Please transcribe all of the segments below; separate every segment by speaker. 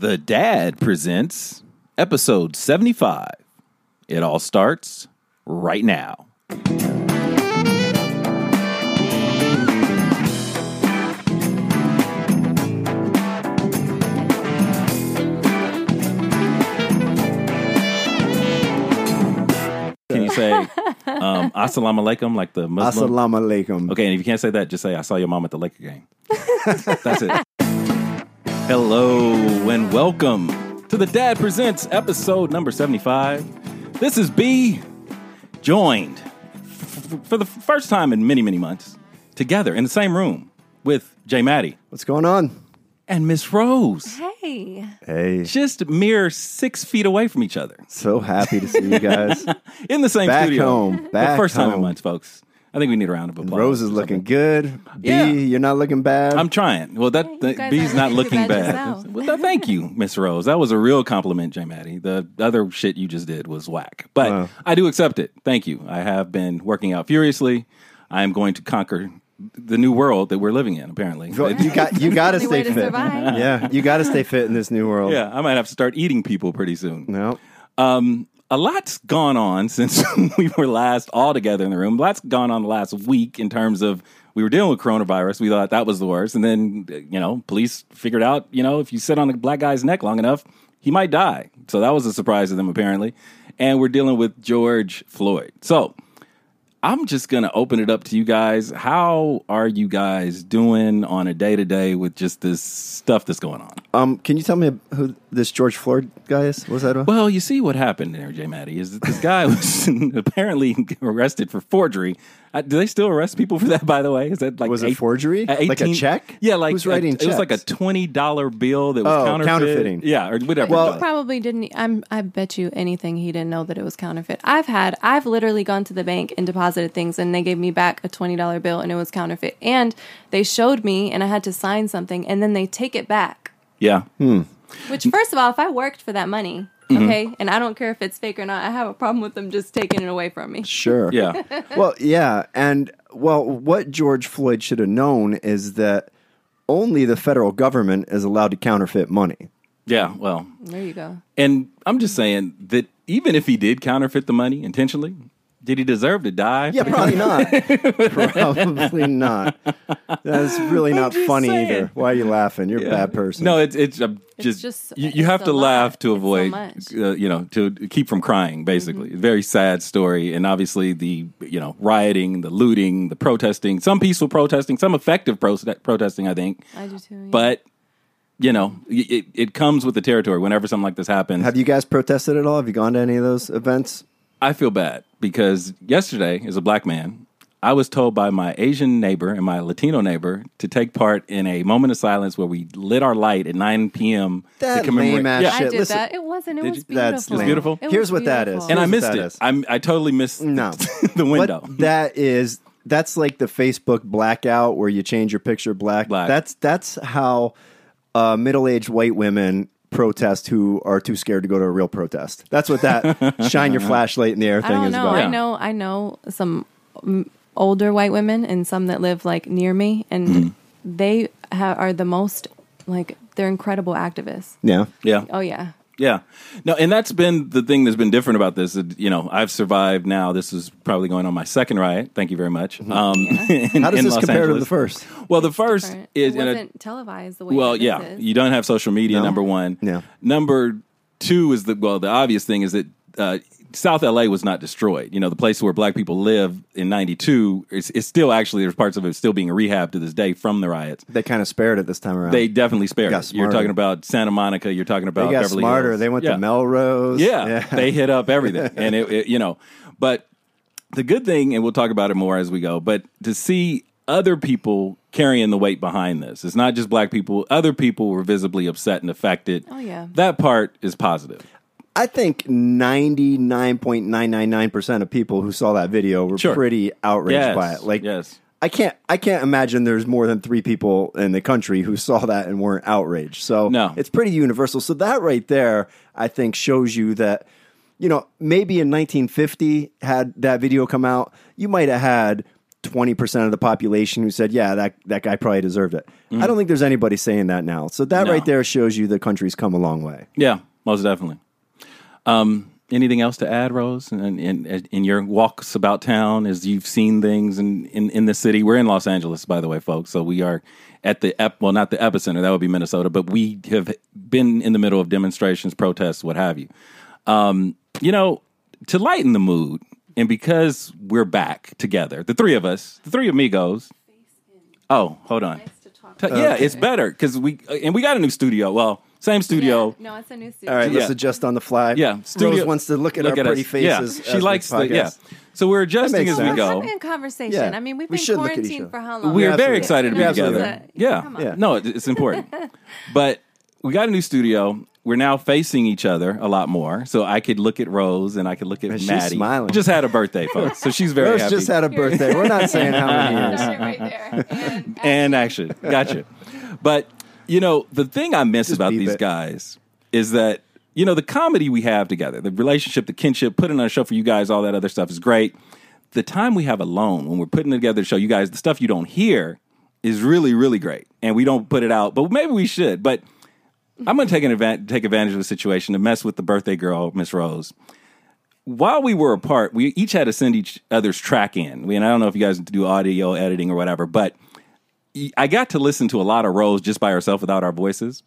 Speaker 1: The Dad presents episode 75. It all starts right now. Can you say um, assalamu alaikum like the Muslim?
Speaker 2: Assalamu alaikum.
Speaker 1: Okay, and if you can't say that, just say I saw your mom at the Laker game. That's it. Hello and welcome to the Dad Presents episode number 75. This is B joined f- f- for the first time in many, many months together in the same room with Jay Maddie
Speaker 2: What's going on?
Speaker 1: and Miss Rose,
Speaker 3: Hey,
Speaker 2: Hey,
Speaker 1: just mere six feet away from each other
Speaker 2: so happy to see you guys.
Speaker 1: in the same
Speaker 2: Back
Speaker 1: studio.
Speaker 2: home,
Speaker 1: For the
Speaker 2: back
Speaker 1: first time in
Speaker 2: home.
Speaker 1: months, folks. I think we need a round of applause.
Speaker 2: Rose is looking good. B,
Speaker 1: Yeah.
Speaker 2: you're not looking bad.
Speaker 1: I'm trying. Well, that
Speaker 3: you
Speaker 1: that-
Speaker 3: guys
Speaker 1: B's
Speaker 3: are
Speaker 1: not
Speaker 3: looking
Speaker 1: looking
Speaker 3: bad
Speaker 1: bad.
Speaker 3: yourself.
Speaker 1: Well, th- thank you, Miss Rose. That was a real compliment, J. Maddie. The other shit you just did was whack, but I do accept it. Thank you. I have been working out furiously. I am going to conquer the new world that we're living in. Apparently,
Speaker 2: Go- you got you got to
Speaker 3: the
Speaker 2: stay
Speaker 3: way to
Speaker 2: fit.
Speaker 3: survive.
Speaker 2: Yeah, you got to stay fit in this new world.
Speaker 1: yeah, I might have to start eating people pretty soon.
Speaker 2: No.
Speaker 1: a lot's gone on since we were last all together in the room. Lots gone on the last week in terms of we were dealing with coronavirus. We thought that was the worst, and then you know, police figured out you know if you sit on a black guy's neck long enough, he might die. So that was a surprise to them apparently. And we're dealing with George Floyd. So I'm just going to open it up to you guys. How are you guys doing on a day to day with just this stuff that's going on?
Speaker 2: Um, can you tell me who this George Floyd guy is? What was that? about?
Speaker 1: Well, you see what happened there, J. Maddie, is that this guy was apparently arrested for forgery. Uh, do they still arrest people for that, by the way? Is that like
Speaker 2: Was it forgery?
Speaker 1: uh,
Speaker 2: Like a check?
Speaker 1: Yeah, like
Speaker 2: Who's writing
Speaker 1: a, it was like a
Speaker 2: checks?
Speaker 1: twenty dollar bill that was
Speaker 2: Oh,
Speaker 1: counterfeit.
Speaker 2: counterfeiting.
Speaker 1: Yeah, or whatever.
Speaker 3: Well,
Speaker 1: it was.
Speaker 3: probably didn't. e, I'm. I bet you anything he didn't know that it was counterfeit. I've had. I've literally gone to the bank and deposited things, and they gave me back a twenty dollar bill, and it was counterfeit. And they showed me, and I had to sign something, and then they take it back.
Speaker 1: yeah.
Speaker 2: hmm.
Speaker 3: Which, first of all, if I worked for that money,
Speaker 2: Mm-hmm.
Speaker 3: okay, and I don't care if it's fake or not, I have a problem with them just taking it away from me.
Speaker 2: Sure.
Speaker 1: Yeah.
Speaker 2: well, yeah, and well, what George Floyd should have known is that only the federal government is allowed to counterfeit money.
Speaker 1: Yeah. Well.
Speaker 3: There you go.
Speaker 1: And I'm just saying that even if he did counterfeit the money intentionally, did he deserve to die?
Speaker 2: Yeah, probably not. probably not. That's really not
Speaker 1: just
Speaker 2: funny
Speaker 1: saying.
Speaker 2: either. Why are you laughing? You're a bad person.
Speaker 1: No, it's it's I'm just,
Speaker 3: just-
Speaker 1: you, you
Speaker 3: it's
Speaker 1: have
Speaker 3: a
Speaker 1: to
Speaker 3: lot.
Speaker 1: laugh to
Speaker 3: It's so
Speaker 1: avoid
Speaker 3: much. Mm-hmm.
Speaker 1: uh, you know to keep from crying. Basically, very sad story, and obviously the you know rioting, the looting, the protesting, some peaceful protesting, some effective pro- protesting, I think.
Speaker 3: I do too. yeah.
Speaker 1: But you know, y- it, it comes with the territory. Whenever something like this happens,
Speaker 2: Have you guys protested at all? Have you gone to any of those events?
Speaker 1: I feel bad because yesterday, as a black man, I was told by my Asian neighbor and my Latino neighbor to take part in a moment of silence where we lit our light at 9 p.m. to
Speaker 2: That
Speaker 1: commemorate.
Speaker 2: lame-ass
Speaker 1: yeah.
Speaker 3: I
Speaker 2: shit,
Speaker 3: did
Speaker 2: listen.
Speaker 3: that. It wasn't. It
Speaker 1: Did
Speaker 3: was
Speaker 1: you-
Speaker 3: beautiful.
Speaker 2: that's
Speaker 1: lame. beautiful?
Speaker 3: It
Speaker 2: Here's
Speaker 3: was
Speaker 2: what that is.
Speaker 3: beautiful.
Speaker 1: and I
Speaker 2: Here's
Speaker 1: missed
Speaker 2: what
Speaker 1: it.
Speaker 2: that is.
Speaker 1: I'm, I totally missed
Speaker 2: No.
Speaker 1: the window.
Speaker 2: What that is that's like the Facebook blackout where you change your picture black.
Speaker 1: Black.
Speaker 2: That's that's how uh, middle-aged white women protest who are too scared to go to a real protest. That's what that shine your flashlight in the air
Speaker 3: I
Speaker 2: thing
Speaker 3: don't
Speaker 2: is
Speaker 3: know.
Speaker 2: about.
Speaker 1: Yeah.
Speaker 3: I know. I know some mm, older white women and some that live like near me, and
Speaker 1: Mm-hmm.
Speaker 3: they ha- are the most like they're incredible activists.
Speaker 2: Yeah.
Speaker 1: yeah.
Speaker 3: Oh yeah,
Speaker 1: Yeah. No, and that's been the thing that's been different about this. that, You know, I've survived now. This is probably going on my second riot. Thank you very much. Um, in-
Speaker 2: Mm-hmm. How does
Speaker 1: in
Speaker 2: this
Speaker 1: Los
Speaker 2: compare
Speaker 1: Angeles.
Speaker 2: to the first?
Speaker 1: Well, the first
Speaker 3: Right.
Speaker 1: is
Speaker 3: it
Speaker 1: and I-
Speaker 3: wasn't televised the way.
Speaker 1: Well,
Speaker 3: that this
Speaker 1: yeah,
Speaker 3: is.
Speaker 1: you don't have social media. Number one.
Speaker 2: No.
Speaker 1: Number two is the well, the obvious thing is that uh, South LA was not destroyed. You know, the place where Black people live in '92 is, is still actually there's parts of it still being rehabbed to this day from the riots.
Speaker 2: They kind of spared it this time around.
Speaker 1: They definitely spared.
Speaker 2: got
Speaker 1: it. You're
Speaker 2: smarter.
Speaker 1: talking about Santa Monica. You're talking about
Speaker 2: They got
Speaker 1: Beverly
Speaker 2: smarter.
Speaker 1: Hills.
Speaker 2: They went
Speaker 1: Yeah.
Speaker 2: to Melrose.
Speaker 1: Yeah, they hit up everything, and it, it- you know, but the good thing, and we'll talk about it more as we go, but to see other people carrying the weight behind this, it's not just black people. Other people were visibly upset and affected.
Speaker 3: Oh, yeah.
Speaker 1: that part is positive.
Speaker 2: I think 99.999% of people who saw that video were
Speaker 1: Sure.
Speaker 2: pretty outraged
Speaker 1: Yes,
Speaker 2: by it. Like
Speaker 1: yes.
Speaker 2: I can't I can't imagine there's more than 3 people in the country who saw that and weren't outraged. So
Speaker 1: No.
Speaker 2: it's pretty universal. So that right there I think shows you that you know, maybe in 1950 had that video come out, you might have had 20% of the population who said, yeah, that, that guy probably deserved it. I don't think there's anybody saying that now. So that
Speaker 1: Mm-hmm. No.
Speaker 2: right there shows you the country's come a long way.
Speaker 1: Yeah, most definitely. Um, anything else to add, Rose? In, in, in your walks about town, as you've seen things in, in, in the city, we're in Los Angeles, by the way, folks. So we are at the ep- well, not the epicenter. That would be Minnesota, but we have been in the middle of demonstrations, protests, what have you. Um, you know, to lighten the mood, and because we're back together, the three of us, the three amigos. Oh, hold on. T- yeah, it's better because we and we got a new studio. Well, same studio.
Speaker 3: No, it's a new studio.
Speaker 2: All right,
Speaker 1: Yeah.
Speaker 2: let's adjust on the fly.
Speaker 1: Yeah, studio-
Speaker 2: Rose wants to look at our pretty
Speaker 1: us.
Speaker 2: faces.
Speaker 1: Yeah,
Speaker 2: as
Speaker 1: she
Speaker 2: we
Speaker 1: likes the yeah.
Speaker 2: podcast.
Speaker 1: So we're adjusting
Speaker 2: makes
Speaker 1: as we
Speaker 2: sense.
Speaker 3: We're
Speaker 1: go.
Speaker 3: having a conversation.
Speaker 2: Yeah.
Speaker 3: I mean, we've
Speaker 2: We
Speaker 3: been
Speaker 2: should look at each
Speaker 3: quarantined
Speaker 2: other.
Speaker 3: for how long?
Speaker 1: We're very
Speaker 2: Absolutely.
Speaker 1: excited to be
Speaker 2: Yeah,
Speaker 1: together.
Speaker 3: absolutely.
Speaker 1: Yeah,
Speaker 3: Come
Speaker 1: yeah.
Speaker 3: on.
Speaker 1: No, it- it's important. but we got a new studio. We're now facing each other a lot more, so I could look at Rose and I could look at
Speaker 2: And she's
Speaker 1: Maddie.
Speaker 2: smiling.
Speaker 1: Just had a birthday, folks, so she's very
Speaker 2: Rose
Speaker 1: happy.
Speaker 2: just had a birthday. We're not saying how many years.
Speaker 3: Started right there. And, uh,
Speaker 1: and action. Gotcha. But you know, the thing I miss about
Speaker 2: beep
Speaker 1: these
Speaker 2: it.
Speaker 1: guys is that you know the comedy we have together, the relationship, the kinship, putting on a show for you guys, all that other stuff is great. The time we have alone when we're putting together the show, you guys, the stuff you don't hear is really, really great, and we don't put it out, but maybe we should. But I'm going to take an advan- take advantage of the situation to mess with the birthday girl, Miss Rose while we were apart, we each had to send each other's track in. We, and I don't know if you guys do audio editing or whatever, but I got to listen to a lot of Rose just by herself without our voices.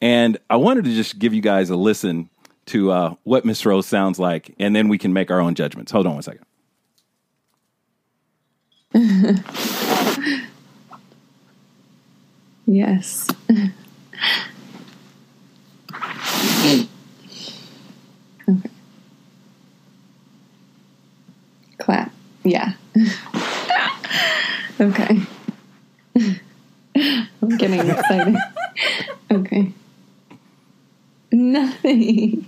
Speaker 1: And I wanted to just give you guys a listen to uh, what Miss Rose sounds like, and then we can make our own judgments. Hold on one second.
Speaker 4: Yes. okay. Clap. Yeah. okay. I'm getting excited. okay. Nothing.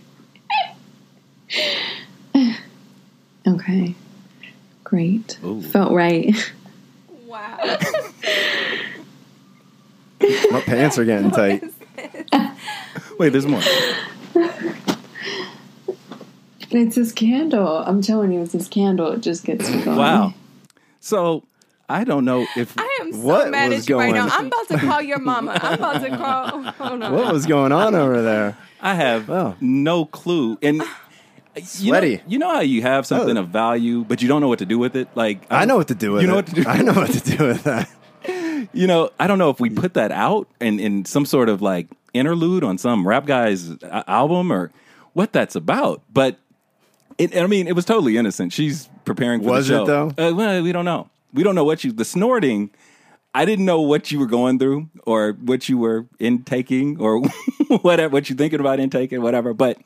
Speaker 4: okay. Great.
Speaker 1: Ooh.
Speaker 4: Felt right.
Speaker 3: wow.
Speaker 2: My pants are getting tight.
Speaker 1: Wait, there's more.
Speaker 4: It's his candle. I'm telling you, it's his candle. It just gets me going.
Speaker 1: Wow. So I don't know if
Speaker 3: I am so
Speaker 2: What
Speaker 3: mad
Speaker 2: was
Speaker 3: at you right
Speaker 2: going
Speaker 3: now.
Speaker 2: on?
Speaker 3: I'm about to call your mama. I'm about to call. Hold on.
Speaker 2: What was going on over there?
Speaker 1: I have
Speaker 2: Wow.
Speaker 1: no clue. And uh, you know,
Speaker 2: Oh. Sweaty.
Speaker 1: you know how you have something
Speaker 2: Oh.
Speaker 1: of value, but you don't know what to do with it. Like
Speaker 2: I know what to do with
Speaker 1: You know
Speaker 2: it.
Speaker 1: what to do.
Speaker 2: I know what to do with that.
Speaker 1: you know, I don't know if we put that out in, in some sort of like interlude on some rap guy's uh, album or what that's about, but it, I mean, it was totally innocent. She's preparing for
Speaker 2: Was it,
Speaker 1: the show.
Speaker 2: though?
Speaker 1: Uh, well, we don't know. We don't know what you, the snorting, I didn't know what you were going through or what you were intaking or whatever, what you're thinking about intaking, whatever, but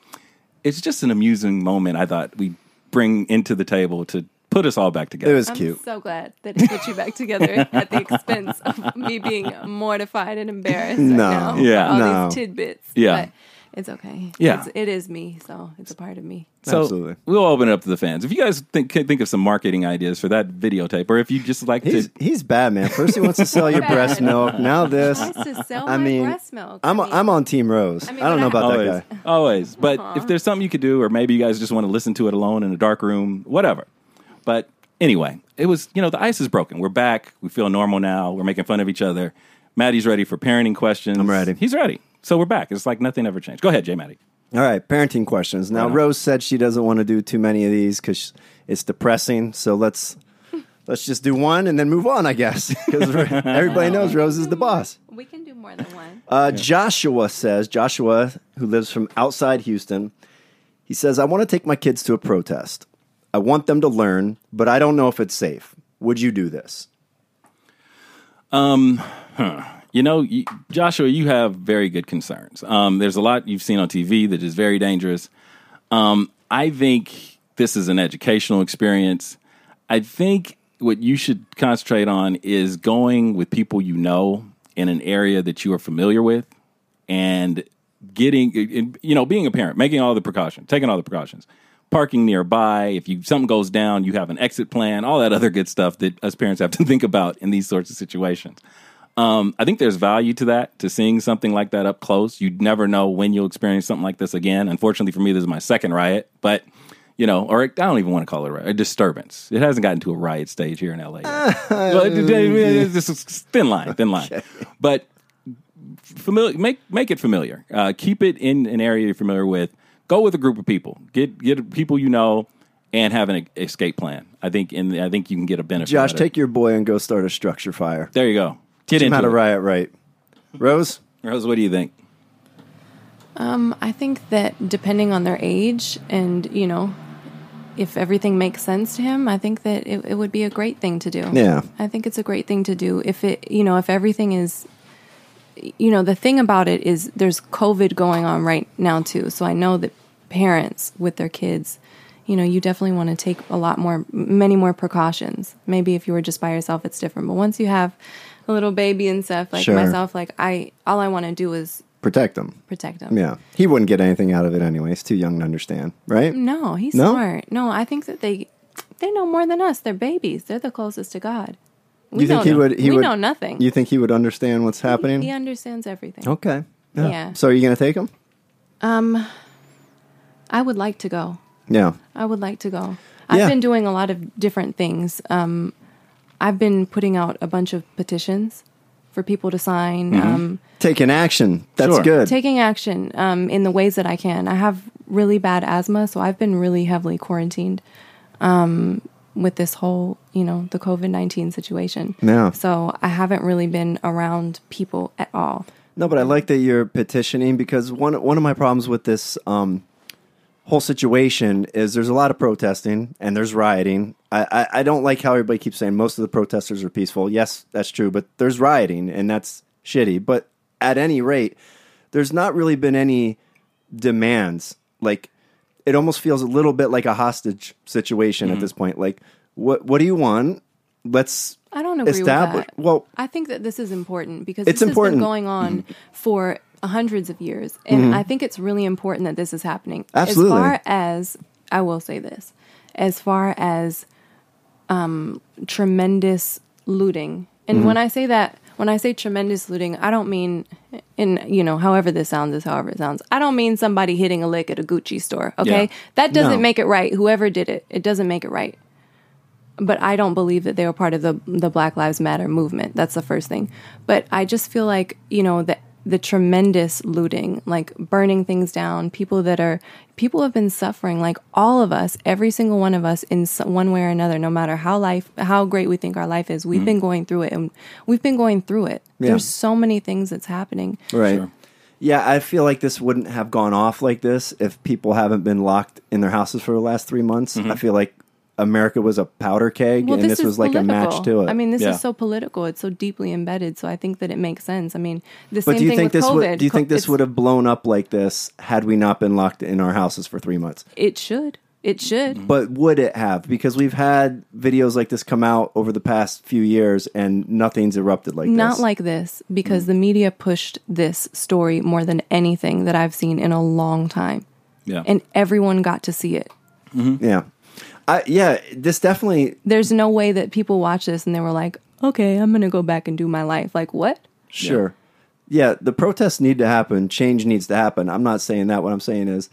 Speaker 1: it's just an amusing moment I thought we'd bring into the table to put us all back
Speaker 2: It
Speaker 1: together.
Speaker 2: was
Speaker 3: I'm
Speaker 2: cute.
Speaker 3: so glad that it put you back together at the expense of me being mortified and embarrassed.
Speaker 2: No.
Speaker 3: right now for
Speaker 1: Yeah.
Speaker 3: all
Speaker 2: No.
Speaker 3: these tidbits.
Speaker 1: Yeah.
Speaker 3: but it's okay.
Speaker 1: Yeah.
Speaker 3: it's, it is me, so it's a part of me.
Speaker 1: So
Speaker 2: Absolutely.
Speaker 1: we'll open it up to the fans. If you guys think can think of some marketing ideas for that videotape, or if you just like
Speaker 2: He's
Speaker 1: to,
Speaker 2: he's bad, man. First he wants to sell your
Speaker 3: Bad.
Speaker 2: breast milk. Now this.
Speaker 3: Nice to sell
Speaker 2: I
Speaker 3: my
Speaker 2: mean,
Speaker 3: breast milk.
Speaker 2: I'm
Speaker 3: I mean,
Speaker 2: I'm on Team Rose. I,
Speaker 3: mean,
Speaker 2: don't know
Speaker 3: but I-
Speaker 2: about
Speaker 1: always,
Speaker 2: that guy.
Speaker 1: always. But if there's something you could do, or maybe you guys just want to listen to it alone in a dark room, whatever. But anyway, it was you know the ice is broken. We're back. We feel normal now. We're making fun of each other. Maddie's ready for parenting questions. I'm
Speaker 2: ready.
Speaker 1: He's ready. So we're back. It's like nothing ever changed. Go ahead, Jay Maddie.
Speaker 2: All right, parenting questions. Now
Speaker 1: Right on.
Speaker 2: Rose said she doesn't want to do too many of these because it's depressing. So let's let's just do one and then move on, I guess, because everybody knows Rose is the boss.
Speaker 3: we can do more than one.
Speaker 2: Uh, Joshua says, Joshua, who lives from outside Houston, he says, I want to take my kids to a protest. I want them to learn, but I don't know if it's safe. Would you do this?
Speaker 1: You know, you, Joshua, you have very good concerns. Um, there's a lot you've seen on TV that is very dangerous. Um, I think this is an educational experience. I think what you should concentrate on is going with people you know in an area that you are familiar with and getting, and, you know, being a parent, making all the precautions, taking all the precautions, parking nearby. If you something goes down, you have an exit plan, all that other good stuff that us parents have to think about in these sorts of situations. Um, I think there's value to that, to seeing something like that up close. You never know when you'll experience something like this again. Unfortunately for me, this is my second riot, but you know, or I don't even want to call it a, riot, a disturbance. It hasn't gotten to a riot stage here in LA. Yet. Well, it- it- it's just thin line, thin line. But familiar, make make it familiar. Uh, keep it in an area you're familiar with. Go with a group of people. Get get people you know, and have an e-, escape plan. I think and I think you can get a benefit.
Speaker 2: Josh,
Speaker 1: out of it.
Speaker 2: take your boy and go start a structure fire.
Speaker 1: there you go. Get
Speaker 2: Not
Speaker 1: into
Speaker 2: a
Speaker 1: it.
Speaker 2: riot, right? Rose,
Speaker 1: Rose, what do you think?
Speaker 3: I think that depending on their age and, you know, if everything makes sense to him, I think that it, it would be a great thing to do.
Speaker 2: Yeah.
Speaker 3: I think it's a great thing to do if it, you know, if everything is, you know, the thing about it is there's COVID going on right now too. So I know that parents with their kids, you know, you definitely want to take a lot more, many more precautions. Maybe if you were just by yourself, it's different. But once you have a little baby and stuff, like
Speaker 2: Sure.
Speaker 3: myself, like I, all I want to do is
Speaker 2: protect him.
Speaker 3: protect them.
Speaker 2: Yeah, he wouldn't get anything out of it anyway. He's too young to understand, right?
Speaker 3: No, he's
Speaker 2: No?
Speaker 3: smart. No, I think that they they know more than us. They're babies. They're the closest to God. We
Speaker 2: you think
Speaker 3: don't
Speaker 2: he
Speaker 3: know.
Speaker 2: would? He
Speaker 3: we
Speaker 2: would
Speaker 3: know nothing.
Speaker 2: You think he would understand what's happening?
Speaker 3: he understands everything.
Speaker 2: Okay.
Speaker 3: Yeah.
Speaker 2: So are you going to take him?
Speaker 3: I would like to go.
Speaker 2: Yeah.
Speaker 3: I would like to
Speaker 2: Yeah.
Speaker 3: go. I've been doing a lot of different things. Um, I've been putting out a bunch of petitions for people to sign.
Speaker 2: Mm-hmm.
Speaker 3: Um,
Speaker 2: Taking action. That's
Speaker 1: Sure.
Speaker 2: good.
Speaker 3: taking action um, in the ways that I can. I have really bad asthma, so I've been really heavily quarantined um, with this whole, you know, the COVID 19 situation.
Speaker 2: Yeah.
Speaker 3: So I haven't really been around people at all.
Speaker 2: No, but I like that you're petitioning because one one of my problems with this um, whole situation is there's a lot of protesting and there's rioting. I, I, I don't like how everybody keeps saying most of the protesters are peaceful. Yes, that's true, but there's rioting and that's shitty. But at any rate, there's not really been any demands. Like it almost feels a little bit like a hostage situation
Speaker 3: Mm-hmm.
Speaker 2: at this point. Like what what do you want? Let's
Speaker 3: I don't agree
Speaker 2: establish.
Speaker 3: with that.
Speaker 2: Well,
Speaker 3: I think that this is important because
Speaker 2: It's
Speaker 3: this
Speaker 2: important. Mm-hmm.
Speaker 3: has been going on for hundreds of years, and I think it's really important that this is happening.
Speaker 2: Absolutely.
Speaker 3: As far as I will say this, as far as um, tremendous looting, and
Speaker 2: Mm-hmm.
Speaker 3: when I say that, when I say tremendous looting, I don't mean in you know however this sounds is however it sounds. I don't mean somebody hitting a lick at a Gucci store. Okay,
Speaker 1: Yeah.
Speaker 3: that doesn't
Speaker 2: No.
Speaker 3: make it right. Whoever did it, it doesn't make it right but I don't believe that they were part of the the Black Lives Matter movement. That's the first thing. But I just feel like you know the the tremendous looting, like burning things down, people that are people have been suffering. Like all of us, every single one of us, in so- one way or another, no matter how life how great we think our life is, we've been going through it, and we've been going through it. There's so many things that's happening.
Speaker 2: Right. Yeah, I feel like this wouldn't have gone off like this if people haven't been locked in their houses for the last three months. I feel like America was a powder keg and this,
Speaker 3: is
Speaker 2: was like a match to
Speaker 3: political.
Speaker 2: it.
Speaker 3: I mean, this
Speaker 1: Yeah.
Speaker 3: is so political. It's so deeply embedded. So I think that it makes sense. I mean, the
Speaker 2: but
Speaker 3: same
Speaker 2: do you
Speaker 3: thing
Speaker 2: think
Speaker 3: with
Speaker 2: this
Speaker 3: COVID.
Speaker 2: would do you
Speaker 3: Co-
Speaker 2: think this
Speaker 3: it's-
Speaker 2: would have blown up like this had we not been locked in our houses for three months?
Speaker 3: It should. It should.
Speaker 2: But would it have? Because we've had videos like this come out over the past few years and nothing's erupted like
Speaker 3: Not
Speaker 2: this.
Speaker 3: like this because
Speaker 2: Mm-hmm.
Speaker 3: the media pushed this story more than anything that I've seen in a long time.
Speaker 1: Yeah.
Speaker 3: And everyone got to see it.
Speaker 2: Yeah. I, yeah, this definitely
Speaker 3: There's no way that people watch this and they were like, okay, I'm going to go back and do my life. Like, what?
Speaker 2: Sure. Yeah. the protests need to happen. Change needs to happen. I'm not saying that. What I'm saying is,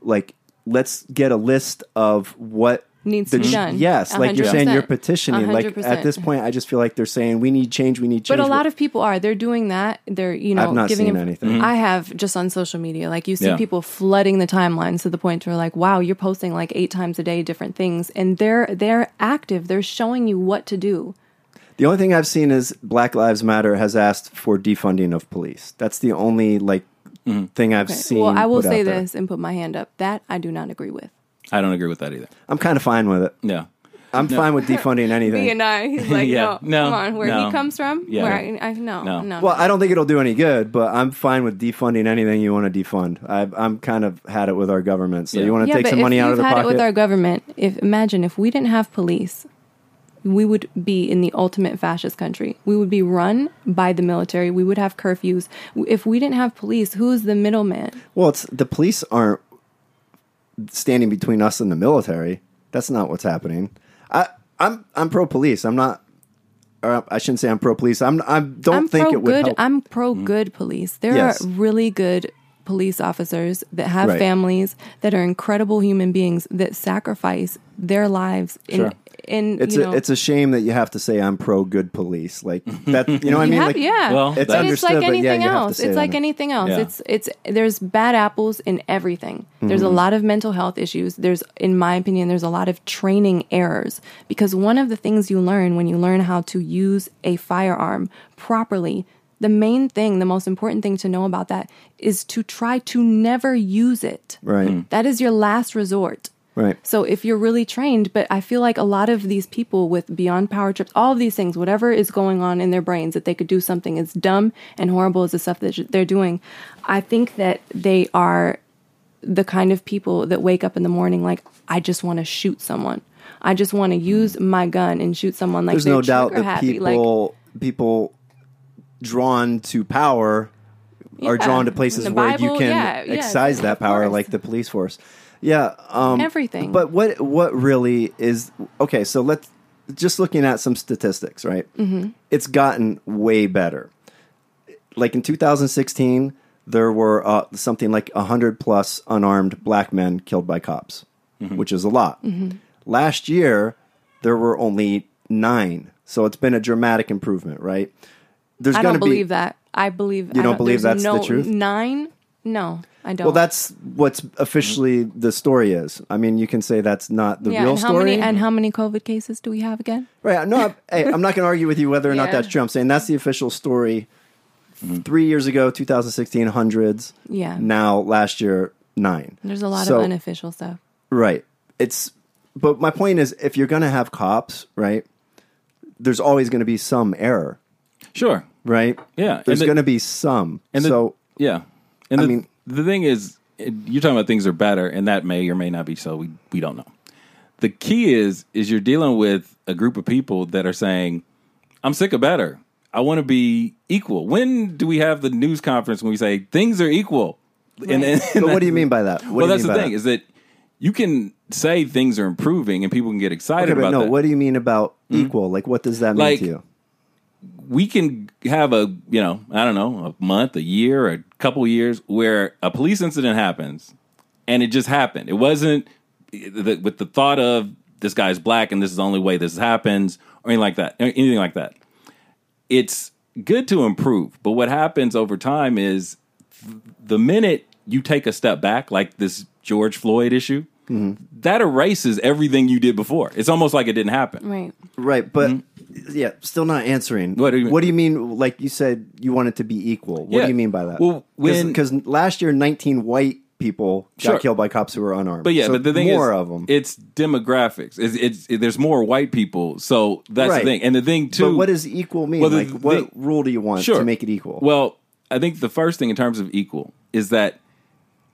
Speaker 2: like, let's get a list of what
Speaker 3: Needs
Speaker 2: the
Speaker 3: to be
Speaker 2: ch-
Speaker 3: done.
Speaker 2: Yes, like you're saying,
Speaker 3: 100%.
Speaker 2: you're petitioning. Like at
Speaker 3: 100%.
Speaker 2: this point, I just feel like they're saying we need change. We need change.
Speaker 3: But a lot of people are. They're doing that. They're you know
Speaker 2: I've not
Speaker 3: giving
Speaker 2: seen
Speaker 3: inf-
Speaker 2: anything. Mm-hmm.
Speaker 3: I have just on social media. Like you see
Speaker 1: Yeah.
Speaker 3: people flooding the timelines to the point where like, wow, you're posting like eight times a day different things, and they're they're active. They're showing you what to do.
Speaker 2: the only thing I've seen is Black Lives Matter has asked for defunding of police. That's the only like thing I've
Speaker 3: Okay.
Speaker 2: seen.
Speaker 3: Well, I will
Speaker 2: put out
Speaker 3: say
Speaker 2: there.
Speaker 3: this and put my hand up. That I do not agree with.
Speaker 1: I don't agree with that either.
Speaker 2: I'm kind of fine with it.
Speaker 1: Yeah.
Speaker 2: I'm fine with defunding anything.
Speaker 3: He and I, he's like,
Speaker 1: Yeah. No,
Speaker 3: no, come on, where
Speaker 1: no.
Speaker 3: he comes from,
Speaker 1: Yeah.
Speaker 3: where I, I no,
Speaker 1: No.
Speaker 3: no, no.
Speaker 2: Well, I don't think it'll do any good, but I'm fine with defunding anything you want to defund. I've, I'm kind of had it with our government. So
Speaker 1: Yeah.
Speaker 2: you want to
Speaker 3: yeah,
Speaker 2: take
Speaker 3: but
Speaker 2: some
Speaker 3: if
Speaker 2: money out
Speaker 3: you've
Speaker 2: of their
Speaker 3: had
Speaker 2: pocket?
Speaker 3: it with our government, if imagine if we didn't have police, we would be in the ultimate fascist country. We would be run by the military. We would have curfews. If we didn't have police, who is the middleman?
Speaker 2: well, it's the police aren't standing between us and the military. That's not what's happening. I, I'm I'm pro police. I'm not. Or I shouldn't say I'm pro police. I'm I don't
Speaker 3: I'm
Speaker 2: think
Speaker 3: pro
Speaker 2: it would
Speaker 3: good.
Speaker 2: help. Mm-hmm.
Speaker 3: I'm pro good police. There
Speaker 2: Yes.
Speaker 3: are really good police officers that have
Speaker 2: Right.
Speaker 3: families that are incredible human beings that sacrifice their lives.
Speaker 1: Sure.
Speaker 3: In, in
Speaker 2: It's
Speaker 3: you
Speaker 2: a
Speaker 3: know,
Speaker 2: it's a shame that you have to say I'm pro good police. Like that, you know what I
Speaker 3: You
Speaker 2: mean?
Speaker 3: have-
Speaker 2: Like,
Speaker 3: yeah.
Speaker 1: Well, But
Speaker 2: it's
Speaker 3: but it's like
Speaker 2: understood, but yeah,
Speaker 3: anything
Speaker 2: you have to
Speaker 3: else.
Speaker 2: say
Speaker 3: It's like
Speaker 2: that.
Speaker 3: anything else.
Speaker 1: Yeah.
Speaker 3: It's it's there's bad apples in everything. There's
Speaker 2: Mm-hmm.
Speaker 3: a lot of mental health issues. There's in my opinion there's a lot of training errors because one of the things you learn when you learn how to use a firearm properly, the main thing, the most important thing to know about that is to try to never use it.
Speaker 2: right,
Speaker 3: That is your last resort.
Speaker 2: right.
Speaker 3: So if you're really trained, but I feel like a lot of these people with beyond power trips, all of these things, whatever is going on in their brains that they could do something as dumb and horrible as the stuff that they're doing, I think that they are the kind of people that wake up in the morning like I just want to shoot someone. I just want to use my gun and shoot someone. Like
Speaker 2: Hmm. There's
Speaker 3: they're
Speaker 2: no doubt
Speaker 3: trigger
Speaker 2: that
Speaker 3: happy. like,
Speaker 2: people people drawn to power are
Speaker 3: Yeah.
Speaker 2: drawn to places
Speaker 3: The
Speaker 2: where you
Speaker 3: Bible,
Speaker 2: can
Speaker 3: yeah, yeah,
Speaker 2: excise that
Speaker 3: of
Speaker 2: power,
Speaker 3: course.
Speaker 2: like the police force. Yeah, um,
Speaker 3: Everything.
Speaker 2: But what what really is okay? So let's just looking at some statistics, right? Mm-hmm. It's gotten way better. Like in 2016, there were uh, something like 100 plus unarmed black men killed by cops, which is a lot.
Speaker 3: Mm-hmm.
Speaker 2: Last year, there were only nine. So it's been a dramatic improvement, right? There's
Speaker 3: I
Speaker 2: gonna
Speaker 3: don't believe that. I believe
Speaker 2: You
Speaker 3: I
Speaker 2: don't believe
Speaker 3: there's
Speaker 2: that's the
Speaker 3: no-
Speaker 2: truth?
Speaker 3: Nine? No, I don't.
Speaker 2: Well, that's what's officially the story is. I mean, you can say that's not the
Speaker 3: yeah.
Speaker 2: real
Speaker 3: and how
Speaker 2: story.
Speaker 3: many and how many COVID cases do we have again?
Speaker 2: Right. No, I'm, hey, I'm not going to argue with you whether or not
Speaker 3: Yeah.
Speaker 2: that's true. I'm saying that's the official story. Three years ago, 2016, hundreds.
Speaker 3: Yeah.
Speaker 2: Now, last year, nine.
Speaker 3: There's a lot
Speaker 2: So-
Speaker 3: of unofficial stuff.
Speaker 2: Right. It's, but my point is, if you're going to have cops, right, there's always going to be some error,
Speaker 1: Sure.
Speaker 2: right?
Speaker 1: Yeah, and
Speaker 2: There's
Speaker 1: the-
Speaker 2: going to be some.
Speaker 1: And the,
Speaker 2: so,
Speaker 1: yeah, and
Speaker 2: I
Speaker 1: the,
Speaker 2: mean-
Speaker 1: the thing is, it- you're talking about things are better, and that may or may not be so. We we don't know. The key is is you're dealing with a group of people that are saying, "I'm sick of better. I want to be equal." When do we have the news conference when we say things are equal? And, and, and
Speaker 2: but what do you mean by that? What
Speaker 1: well,
Speaker 2: do you
Speaker 1: that's
Speaker 2: mean
Speaker 1: the
Speaker 2: by
Speaker 1: thing
Speaker 2: that?
Speaker 1: is that you can say things are improving and people can get excited
Speaker 2: Okay, but
Speaker 1: about
Speaker 2: no,
Speaker 1: that.
Speaker 2: what do you mean about equal? Like, what does that mean
Speaker 1: Like-
Speaker 2: to you?
Speaker 1: we can have a you know i don't know a month a year a couple years where a police incident happens and it just happened it wasn't the, with the thought of this guy's black and this is the only way this happens or anything like that or anything like that it's good to improve but what happens over time is the minute you take a step back like this george floyd issue that erases everything you did before it's almost like it didn't happen
Speaker 3: Right.
Speaker 2: Right, but yeah, still not answering.
Speaker 1: Mm-hmm. What do you mean?
Speaker 2: mean? Like you said, you want it to be equal. What
Speaker 1: Yeah.
Speaker 2: do you mean by that?
Speaker 1: Well, when-
Speaker 2: because last year, nineteen white people
Speaker 1: Sure.
Speaker 2: got killed by cops who were unarmed.
Speaker 1: But yeah,
Speaker 2: So
Speaker 1: but the thing
Speaker 2: more
Speaker 1: is,
Speaker 2: of them.
Speaker 1: It's demographics. It's, it's it- there's more white people, so that's the
Speaker 2: Right.
Speaker 1: thing. And the thing too.
Speaker 2: but what does equal mean?
Speaker 1: Well, the-
Speaker 2: like, what
Speaker 1: the-
Speaker 2: rule do you want
Speaker 1: Sure.
Speaker 2: to make it equal?
Speaker 1: Well, I think the first thing in terms of equal is that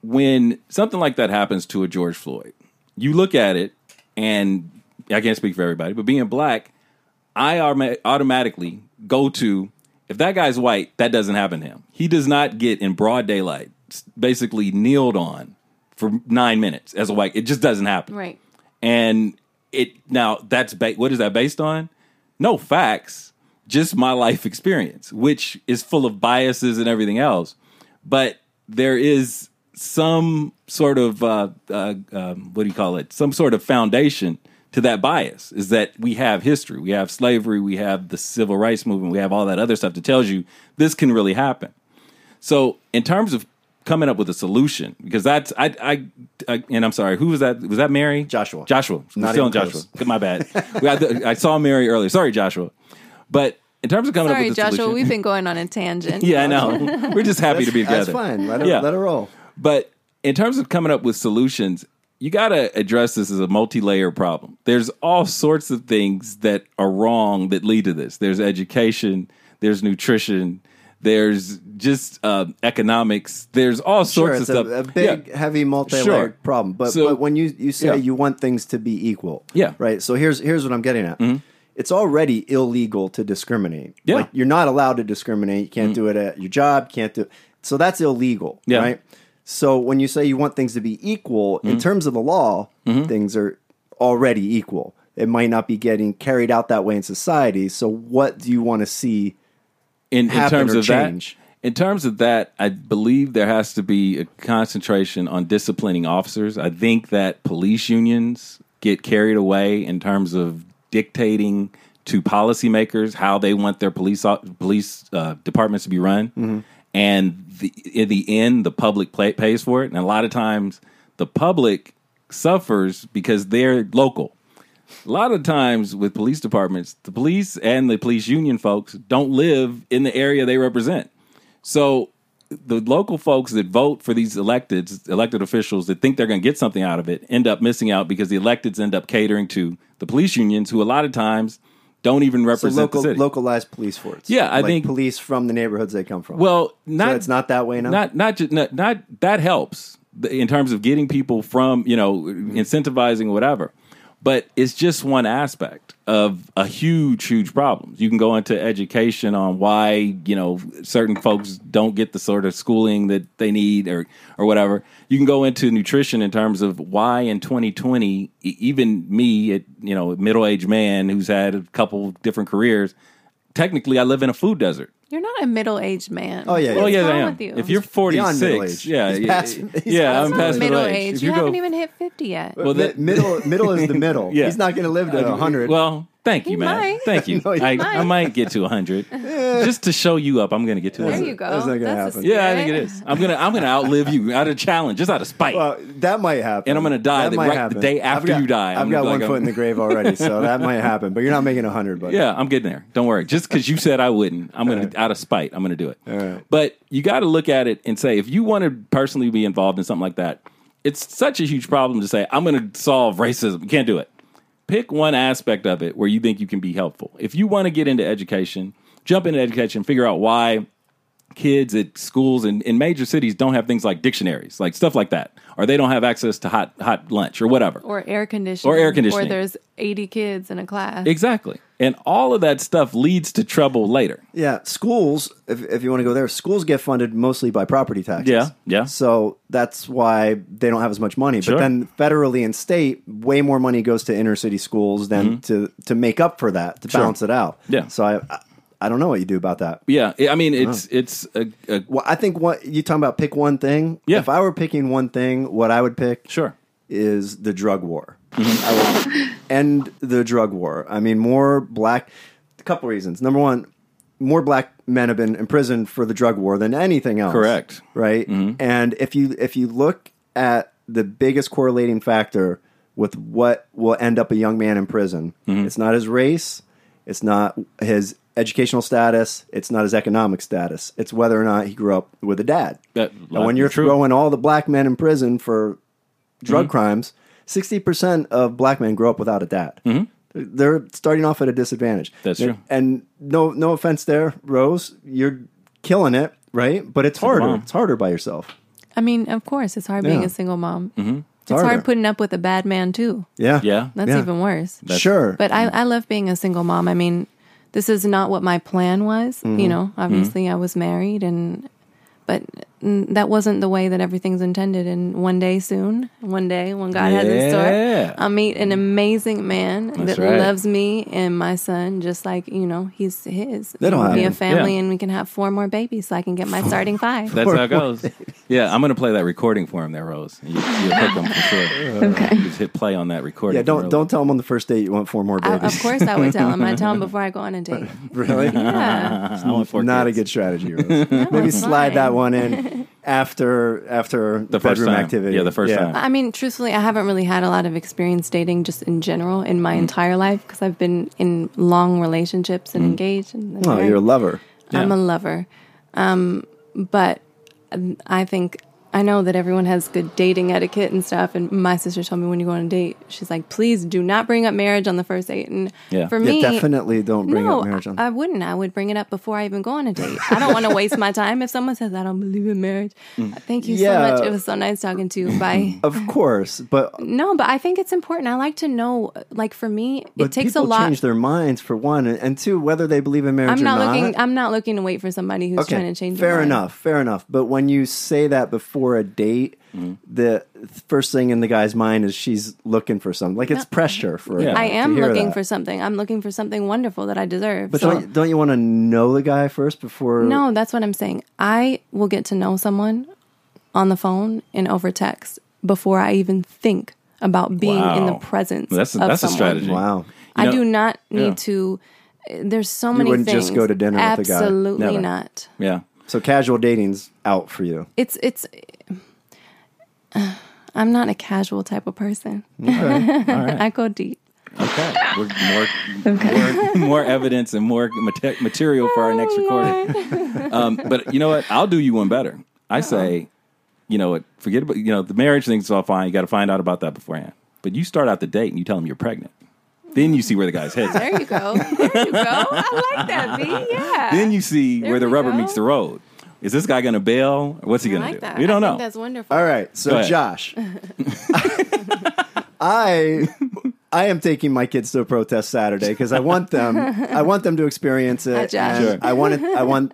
Speaker 1: when something like that happens to a George Floyd, you look at it, and I can't speak for everybody, but being black, I automa- automatically go to if that guy's white, that doesn't happen to him. He does not get in broad daylight, s- basically kneeled on for nine minutes as a white. It just doesn't happen.
Speaker 3: Right.
Speaker 1: and it now that's ba- what is that based on no facts just my life experience which is full of biases and everything else but there is some sort of uh, uh, um, what do you call it some sort of foundation to that bias is that we have history we have slavery we have the civil rights movement we have all that other stuff that tells you this can really happen so in terms of coming up with a solution, because that's I I, I and I'm sorry, who was that? Was that Mary?
Speaker 2: Joshua.
Speaker 1: Joshua. We're
Speaker 2: Not
Speaker 1: still
Speaker 2: even
Speaker 1: in Joshua.
Speaker 2: close.
Speaker 1: My bad. We- I, I saw Mary earlier. Sorry, Joshua. But in terms of coming
Speaker 3: Sorry,
Speaker 1: up with a
Speaker 3: Joshua.
Speaker 1: solution,
Speaker 3: We've been going on a tangent.
Speaker 1: yeah, I know. We're just happy to be together.
Speaker 2: That's fine. Let her,
Speaker 1: Yeah.
Speaker 2: let her roll.
Speaker 1: But in terms of coming up with solutions, you got to address this as a multi-layer problem. There's all sorts of things that are wrong that lead to this. There's education, there's nutrition, there's just uh, economics. There's all
Speaker 2: Sure,
Speaker 1: sorts
Speaker 2: it's
Speaker 1: of
Speaker 2: a, a
Speaker 1: stuff.
Speaker 2: big,
Speaker 1: Yeah.
Speaker 2: heavy, multi-layered
Speaker 1: Sure.
Speaker 2: problem. But,
Speaker 1: So-
Speaker 2: but when you you say
Speaker 1: Yeah.
Speaker 2: you want things to be equal,
Speaker 1: Yeah. Mm-hmm.
Speaker 2: right. So here's here's what I'm getting at. It's already illegal to discriminate.
Speaker 1: Yeah. Mm-hmm.
Speaker 2: Like, you're not allowed to discriminate. You can't do it at your job. Can't do. So that's illegal,
Speaker 1: Yeah. Mm-hmm.
Speaker 2: right? So when you say you want things to be equal in terms of the law, things are already equal. It might not be getting carried out that way in society. So what do you want to see
Speaker 1: in, in
Speaker 2: happen
Speaker 1: terms
Speaker 2: or
Speaker 1: of
Speaker 2: change.
Speaker 1: that In terms of that, I believe there has to be a concentration on disciplining officers. I think that police unions get carried away in terms of dictating to policymakers how they want their police o- police uh, departments to be run,
Speaker 2: Mm-hmm.
Speaker 1: and the, in the end, the public pla pays for it. And a lot of times, the public suffers because they're local. A lot of times with police departments, the police and the police union folks don't live in the area they represent. So the local folks that vote for these elected elected officials that think they're going to get something out of it end up missing out because the electeds end up catering to the police unions who a lot of times don't even
Speaker 2: So
Speaker 1: represent
Speaker 2: local,
Speaker 1: the city.
Speaker 2: localized police force.
Speaker 1: Yeah, I
Speaker 2: Like
Speaker 1: think-
Speaker 2: police from the neighborhoods they come from.
Speaker 1: well, not
Speaker 2: it's not that way now?
Speaker 1: Not not just not, not that helps th- in terms of getting people from you know incentivizing whatever, but it's just one aspect of a huge huge problem. You can go into education on why you know certain folks don't get the sort of schooling that they need or or whatever. You can go into nutrition in terms of why in 2020 e- even me at you know middle aged man who's had a couple different careers. Technically, I live in a food desert.
Speaker 3: You're not a middle aged man.
Speaker 2: Oh, yeah, yeah.
Speaker 3: What is
Speaker 2: Oh,
Speaker 1: Well, yeah,
Speaker 3: wrong
Speaker 1: I am.
Speaker 3: with you?
Speaker 1: If you're
Speaker 2: Beyond middle
Speaker 1: 46,
Speaker 2: age.
Speaker 1: yeah,
Speaker 2: He's
Speaker 1: yeah,
Speaker 2: past-
Speaker 1: yeah,
Speaker 2: he's
Speaker 1: yeah,
Speaker 2: past
Speaker 1: I'm
Speaker 3: You're
Speaker 1: past
Speaker 3: not
Speaker 1: middle,
Speaker 3: middle
Speaker 1: age.
Speaker 3: age.
Speaker 1: If
Speaker 3: You
Speaker 1: you
Speaker 3: haven't
Speaker 1: go-
Speaker 3: even hit fifty yet.
Speaker 1: well,
Speaker 2: Mi-
Speaker 1: that-
Speaker 2: middle middle is the middle.
Speaker 1: Yeah.
Speaker 2: He's not going to live to hundred.
Speaker 1: Well, thank you, man.
Speaker 3: might.
Speaker 1: Thank you.
Speaker 2: No, he
Speaker 1: I,
Speaker 3: might.
Speaker 1: I might get to 100 just to show you up. I'm going to get to
Speaker 3: there
Speaker 1: 100.
Speaker 3: you go.
Speaker 2: That's not gonna
Speaker 3: That's a
Speaker 2: happen.
Speaker 1: Yeah, I think it is.
Speaker 3: spirit.
Speaker 1: I'm gonna I'm gonna outlive you out of challenge, just out of spite.
Speaker 2: Well, that might happen.
Speaker 1: And I'm gonna die
Speaker 2: That
Speaker 1: the-
Speaker 2: might
Speaker 1: right- the
Speaker 2: happen.
Speaker 1: day
Speaker 2: I've
Speaker 1: after
Speaker 2: got-
Speaker 1: you die,
Speaker 2: I've
Speaker 1: I'm
Speaker 2: got
Speaker 1: like,
Speaker 2: one
Speaker 1: I'm-
Speaker 2: foot in the grave already, so that might happen. But you're not making hundred, buddy.
Speaker 1: yeah, I'm getting there. Don't worry. Just because you said I wouldn't, I'm gonna out of spite, I'm gonna do it.
Speaker 2: right.
Speaker 1: But you got to look at it and say, if you want to personally be involved in something like that, it's such a huge problem to say I'm gonna solve racism. You can't do it. Pick one aspect of it where you think you can be helpful. If you want to get into education, jump into education, figure out why kids at schools and in major cities don't have things like dictionaries, like stuff like that, or they don't have access to hot hot lunch or whatever.
Speaker 3: Or air conditioning.
Speaker 1: Or air conditioning.
Speaker 3: Where there's eighty kids in a class.
Speaker 1: Exactly. And all of that stuff leads to trouble later.
Speaker 2: Yeah, schools. If, if you want to go there, schools get funded mostly by property taxes.
Speaker 1: Yeah, yeah.
Speaker 2: So that's why they don't have as much money.
Speaker 1: Sure.
Speaker 2: But then federally and state, way more money goes to inner city schools than to to make up for that to balance it out.
Speaker 1: Mm-hmm. Yeah.
Speaker 2: So I, I I don't know what you do about that.
Speaker 1: Yeah, I- I mean it's it's a, a
Speaker 2: Well, I think what you talking about pick one thing.
Speaker 1: Yeah.
Speaker 2: If I were picking one thing, what I would pick
Speaker 1: sure.
Speaker 2: is the drug war. I would end the drug war. I mean, more black. A couple reasons. Number one, more black men have been imprisoned for the drug war than anything else.
Speaker 1: Correct.
Speaker 2: Right. And if you if you look at the biggest correlating factor with what will end up a young man in prison, it's not his race. It's not his educational status. It's not his economic status. It's whether or not he grew up with a dad.
Speaker 1: That-
Speaker 2: and when you're
Speaker 1: true. Mm-hmm.
Speaker 2: throwing all the black men in prison for drug crimes, 60% of black men grow up without a dad. They're starting off at a disadvantage.
Speaker 1: Mm-hmm. That's true.
Speaker 2: And no, no offense there, Rose, you're killing it, right? But it's harder.
Speaker 1: mom.
Speaker 2: It's harder by yourself.
Speaker 3: I mean, of course, it's hard being
Speaker 2: Yeah.
Speaker 3: a single mom.
Speaker 1: Mm-hmm.
Speaker 3: It's,
Speaker 2: harder.
Speaker 3: hard putting up with a bad man too.
Speaker 2: Yeah.
Speaker 1: Yeah.
Speaker 3: That's
Speaker 2: Yeah.
Speaker 3: even worse.
Speaker 2: sure.
Speaker 3: But I, I love being a single mom. I mean, this is not what my plan was.
Speaker 1: Mm-hmm.
Speaker 3: You know, obviously I was married and but mm, that wasn't the way that everything's intended and one day soon one day when god has in
Speaker 1: Yeah.
Speaker 3: store i'll meet an amazing man that
Speaker 1: right.
Speaker 3: loves me and my son just like you know he's his
Speaker 2: That'll
Speaker 3: We'll be a
Speaker 2: happen.
Speaker 3: family
Speaker 1: Yeah.
Speaker 3: and we can have four more babies so i can get my starting five
Speaker 1: That's how it goes. Yeah, I'm gonna play that recording for him there, Rose. You, will pick him for sure.
Speaker 4: Okay.
Speaker 1: Just hit play on that recording.
Speaker 2: yeah,
Speaker 1: for
Speaker 2: don't
Speaker 1: Rose.
Speaker 2: don't tell them on the first date you want four more
Speaker 3: I,
Speaker 2: babies.
Speaker 3: of course i would tell him i tell him before i go on a date
Speaker 2: really?
Speaker 3: yeah
Speaker 1: I want four
Speaker 2: Not
Speaker 1: kids.
Speaker 2: a good strategy. Rose. Maybe
Speaker 3: it's
Speaker 2: slide
Speaker 3: fine.
Speaker 2: that one in after after
Speaker 1: The first
Speaker 2: bedroom
Speaker 1: time.
Speaker 2: activity.
Speaker 1: Yeah, the first time.
Speaker 3: I mean, truthfully, I haven't really had a lot of experience dating just in general in my
Speaker 2: Mm.
Speaker 3: entire life because I've been in long relationships and engaged. And then
Speaker 2: Oh,
Speaker 3: married.
Speaker 2: you're a lover.
Speaker 3: I'm
Speaker 1: Yeah.
Speaker 3: a lover. Um, but um, I think I know that everyone has good dating etiquette and stuff. And my sister told me when you go on a date, she's like, please do not bring up marriage on the first date. And
Speaker 1: Yeah.
Speaker 3: for
Speaker 1: Yeah,
Speaker 3: me,
Speaker 2: yeah, definitely don't bring
Speaker 3: no,
Speaker 2: up marriage on.
Speaker 3: I wouldn't. I would bring it up before I even go on a date. I don't want to waste my time if someone says I don't believe in marriage. Thank you
Speaker 2: Mm. Yeah.
Speaker 3: so much. It was so nice talking to you. Bye.
Speaker 2: of course, but
Speaker 3: No, but I think it's important. I like to know, like for me,
Speaker 2: But
Speaker 3: it takes a
Speaker 2: people
Speaker 3: lot.
Speaker 2: change their minds for one, and, and two, whether they believe in marriage
Speaker 3: I'm
Speaker 2: or
Speaker 3: not
Speaker 2: not.
Speaker 3: looking. I'm not looking to wait for somebody who's
Speaker 2: okay,
Speaker 3: trying to change.
Speaker 2: fair
Speaker 3: their mind.
Speaker 2: enough, fair enough. But when you say that for a date, the first thing in the guy's mind is she's looking for something. Like it's pressure for. a
Speaker 1: Yeah.
Speaker 2: guy
Speaker 3: I
Speaker 2: to
Speaker 3: am
Speaker 2: hear
Speaker 3: looking
Speaker 2: that.
Speaker 3: for something. I'm looking for something wonderful that I deserve.
Speaker 2: But
Speaker 3: So-
Speaker 2: don't don't you want to know the guy first before?
Speaker 3: No, that's what I'm saying. I will get to know someone on the phone and over text before I even think about being in the
Speaker 1: Wow.
Speaker 3: presence.
Speaker 1: That's a,
Speaker 3: of
Speaker 1: that's a
Speaker 3: someone.
Speaker 1: strategy.
Speaker 2: Wow.
Speaker 3: I
Speaker 1: You know-
Speaker 3: do not need
Speaker 1: yeah.
Speaker 3: to. There's so many.
Speaker 2: wouldn't
Speaker 3: things.
Speaker 2: just go to dinner with a guy.
Speaker 3: Absolutely
Speaker 2: Never.
Speaker 3: not.
Speaker 1: Yeah.
Speaker 2: So casual dating's out for you.
Speaker 3: It's it's. I'm not a casual type of person. I go deep.
Speaker 1: Okay. We're more, more, more evidence and more mate- material for our next recording. Um, but you know what? I'll do you one better. I say, you know what? Forget about you know the marriage thing's all fine. You got to find out about that beforehand. But you start out the date and you tell him you're pregnant. Then you see where the guy's head.
Speaker 3: There you go. There you go. I like that. B. Yeah.
Speaker 1: Then you see
Speaker 3: Uh, There
Speaker 1: where the
Speaker 3: we
Speaker 1: rubber
Speaker 3: go.
Speaker 1: meets the road. Is this guy going to bail? Or what's he
Speaker 3: I
Speaker 1: going to
Speaker 3: like
Speaker 1: do?
Speaker 3: that.
Speaker 1: We
Speaker 3: I
Speaker 1: don't
Speaker 3: think
Speaker 1: know.
Speaker 3: That's wonderful.
Speaker 2: All right,
Speaker 1: Go
Speaker 2: so
Speaker 1: ahead.
Speaker 2: Josh, I I am taking my kids to a protest Saturday because I want them I want them to experience it.
Speaker 3: Hi, Josh.
Speaker 2: and
Speaker 1: Sure.
Speaker 2: I want it. I want.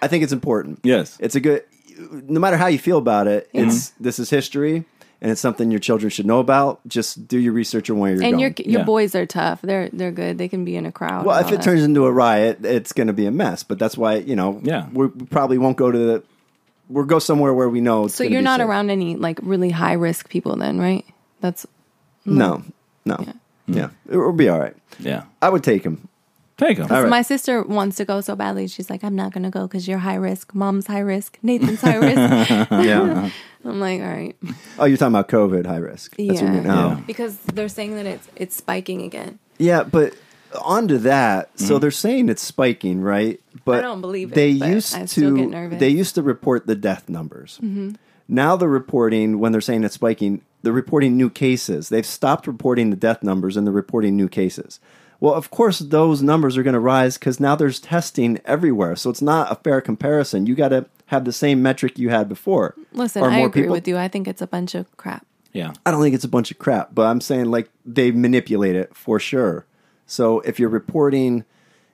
Speaker 2: I think it's important.
Speaker 1: Yes.
Speaker 2: it's a good. No matter how you feel about it, it's this is history and it's something your children should know about. Just do your research on where you're
Speaker 3: And
Speaker 2: going.
Speaker 3: your your
Speaker 1: Yeah.
Speaker 3: boys are tough. They're they're good. They can be in a crowd.
Speaker 2: Well,
Speaker 3: and
Speaker 2: if
Speaker 3: all
Speaker 2: it
Speaker 3: that.
Speaker 2: turns into a riot, it's going to be a mess. But that's why you know,
Speaker 1: Yeah.
Speaker 2: we we probably won't go to the. We'll go somewhere where we know. It's
Speaker 3: so
Speaker 2: gonna
Speaker 3: you're
Speaker 2: be
Speaker 3: not
Speaker 2: safe.
Speaker 3: around any like really high risk people then, right? That's
Speaker 2: No, no, yeah, It, will be all right.
Speaker 1: Yeah.
Speaker 2: I would take him.
Speaker 1: Take him.
Speaker 2: All right.
Speaker 3: my sister wants to go so badly. She's like, I'm not gonna go because you're high risk. Mom's high risk. Nathan's high risk.
Speaker 2: Yeah.
Speaker 3: I'm like, all right,
Speaker 2: oh, you're talking about COVID high risk. That's what you
Speaker 3: Yeah.
Speaker 2: mean. Oh.
Speaker 1: Yeah.
Speaker 3: because they're saying that it's it's spiking again.
Speaker 2: Yeah, but onto that, so they're saying it's spiking, right? But
Speaker 3: don't believe it,
Speaker 2: They
Speaker 3: but
Speaker 2: used
Speaker 3: I
Speaker 2: to.
Speaker 3: still get nervous. Mm-hmm.
Speaker 2: They used to report the death numbers. Now they're reporting when they're saying it's spiking. They're reporting new cases. They've stopped reporting the death numbers and they're reporting new cases. Well, of course, those numbers are going to rise because now there's testing everywhere. So it's not a fair comparison. You got to have the same metric you had before.
Speaker 3: Listen,
Speaker 2: Are
Speaker 3: I
Speaker 2: more
Speaker 3: agree
Speaker 2: people-
Speaker 3: with you. I think it's a bunch of crap.
Speaker 1: Yeah.
Speaker 2: I don't think it's a bunch of crap, but I'm saying like they manipulate it for sure. So if you're reporting,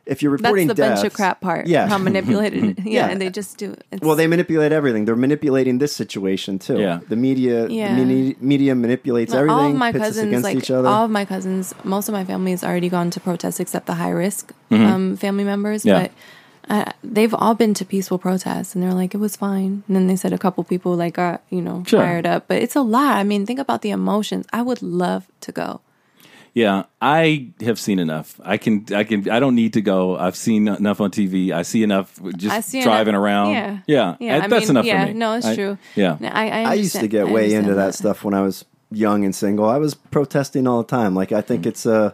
Speaker 2: if you're
Speaker 3: That's
Speaker 2: reporting
Speaker 3: the
Speaker 2: deaths,
Speaker 3: bunch of crap part.
Speaker 2: yeah.
Speaker 3: how manipulated. yeah,
Speaker 2: Yeah.
Speaker 3: and they just do. It's,
Speaker 2: well, they manipulate everything. They're manipulating this situation too.
Speaker 1: Yeah.
Speaker 2: the media, the
Speaker 3: Yeah.
Speaker 2: medi- media manipulates
Speaker 3: But
Speaker 2: everything.
Speaker 3: All of my
Speaker 2: pits us
Speaker 3: cousins,
Speaker 2: against
Speaker 3: like
Speaker 2: each other.
Speaker 3: all of my cousins, most of my family has already gone to protests except the high risk
Speaker 2: Mm-hmm.
Speaker 3: um, family members.
Speaker 1: Yeah.
Speaker 3: But uh, they've all been to peaceful protests, and they're like, it was fine. And then they said a couple people like got you know
Speaker 1: Sure.
Speaker 3: fired up, but it's a lot. I mean, think about the emotions. I would love to go.
Speaker 1: Yeah, I have seen enough. I can, I can, I don't need to go. I've seen enough on TV. I see enough just
Speaker 3: I see
Speaker 1: driving
Speaker 3: enough-
Speaker 1: around.
Speaker 3: Yeah,
Speaker 1: yeah,
Speaker 3: yeah.
Speaker 1: I-
Speaker 3: I
Speaker 1: that's
Speaker 3: mean,
Speaker 1: enough
Speaker 3: yeah,
Speaker 1: for me.
Speaker 3: No, it's
Speaker 1: I-
Speaker 3: true.
Speaker 1: Yeah,
Speaker 3: No, I, I,
Speaker 2: I used to
Speaker 3: understand-
Speaker 2: get
Speaker 3: I
Speaker 2: way into
Speaker 3: understand
Speaker 2: that, stuff when I was young and single. I was protesting all the time. Like I think it's a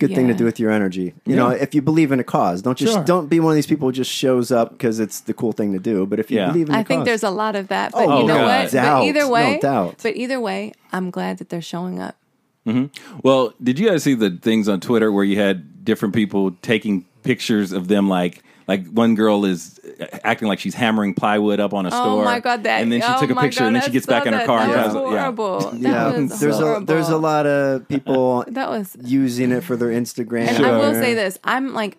Speaker 2: good thing to
Speaker 3: Yeah.
Speaker 2: do with your energy. You know, if you believe in a cause, don't just
Speaker 1: Sure.
Speaker 2: don't be one of these people who just shows up because it's the cool thing to do. But if you
Speaker 1: Yeah.
Speaker 2: believe in, the
Speaker 3: I think
Speaker 2: cause-
Speaker 3: there's a lot of that, but
Speaker 2: Oh,
Speaker 3: you know
Speaker 1: no
Speaker 3: what?
Speaker 2: doubt.
Speaker 3: But either
Speaker 2: No
Speaker 3: way,
Speaker 2: doubt.
Speaker 3: but either way, I'm glad that they're showing up.
Speaker 1: Well, did you guys see the things on Twitter where you had different people taking pictures of them, like like one girl is acting like she's hammering plywood up on a store.
Speaker 3: Oh my god, that!
Speaker 1: and then she
Speaker 3: oh
Speaker 1: took a
Speaker 3: my
Speaker 1: picture,
Speaker 3: God,
Speaker 1: and then she
Speaker 3: I
Speaker 1: gets back
Speaker 3: saw
Speaker 1: in her
Speaker 3: that.
Speaker 1: car. and
Speaker 3: That
Speaker 1: drives
Speaker 3: was
Speaker 1: it.
Speaker 3: horrible.
Speaker 2: yeah,
Speaker 3: That was
Speaker 2: there's
Speaker 3: horrible.
Speaker 2: a there's a lot of people
Speaker 3: That was,
Speaker 2: using it for their Instagram.
Speaker 3: and I will say this: I'm like,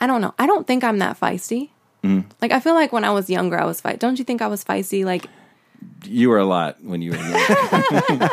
Speaker 3: I don't know. I don't think I'm that feisty.
Speaker 1: Mm.
Speaker 3: Like I feel like when I was younger, I was fight. Don't you think I was feisty? Like
Speaker 1: Yeah, you were a lot when you were. young.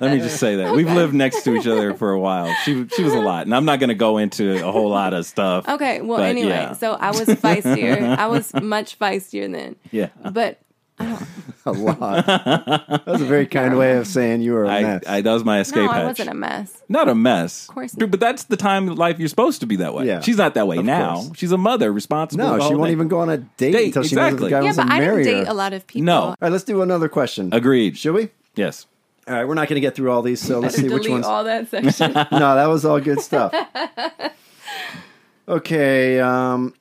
Speaker 1: Let me just say that we've lived next to each other for a while. She she was a lot, and I'm not going to go into a whole lot of stuff.
Speaker 3: Mm-hmm. okay, well,
Speaker 1: But,
Speaker 3: anyway,
Speaker 1: yeah.
Speaker 3: so I was feistier. I was much feistier then.
Speaker 1: Yeah.
Speaker 3: But
Speaker 2: a lot. That was a very kind way of saying you were a
Speaker 1: I,
Speaker 2: mess.
Speaker 1: I that was my
Speaker 3: no,
Speaker 1: escape
Speaker 3: I
Speaker 1: hatch.
Speaker 3: wasn't a mess.
Speaker 1: not a mess. Of
Speaker 3: course not.
Speaker 1: But that's the time of life you're supposed to be that way.
Speaker 2: Yeah.
Speaker 1: She's not that way
Speaker 2: Of
Speaker 1: now.
Speaker 2: course.
Speaker 1: She's a mother, responsible.
Speaker 2: no,
Speaker 1: the
Speaker 2: she
Speaker 1: whole
Speaker 2: won't
Speaker 1: thing.
Speaker 2: even go on a date,
Speaker 1: Date,
Speaker 2: until she knows if the
Speaker 1: exactly.
Speaker 2: guy
Speaker 1: I
Speaker 3: Yeah,
Speaker 2: wants
Speaker 3: but
Speaker 2: to
Speaker 3: I
Speaker 2: marry
Speaker 3: didn't date
Speaker 2: her.
Speaker 3: a lot of people.
Speaker 1: No.
Speaker 2: All right, let's do another question.
Speaker 1: Agreed.
Speaker 2: Should we?
Speaker 1: Yes.
Speaker 2: All right, we're not going to get through all these, so let's see which
Speaker 3: delete
Speaker 2: ones.
Speaker 3: all that section.
Speaker 2: no, that was all good stuff. okay. Um,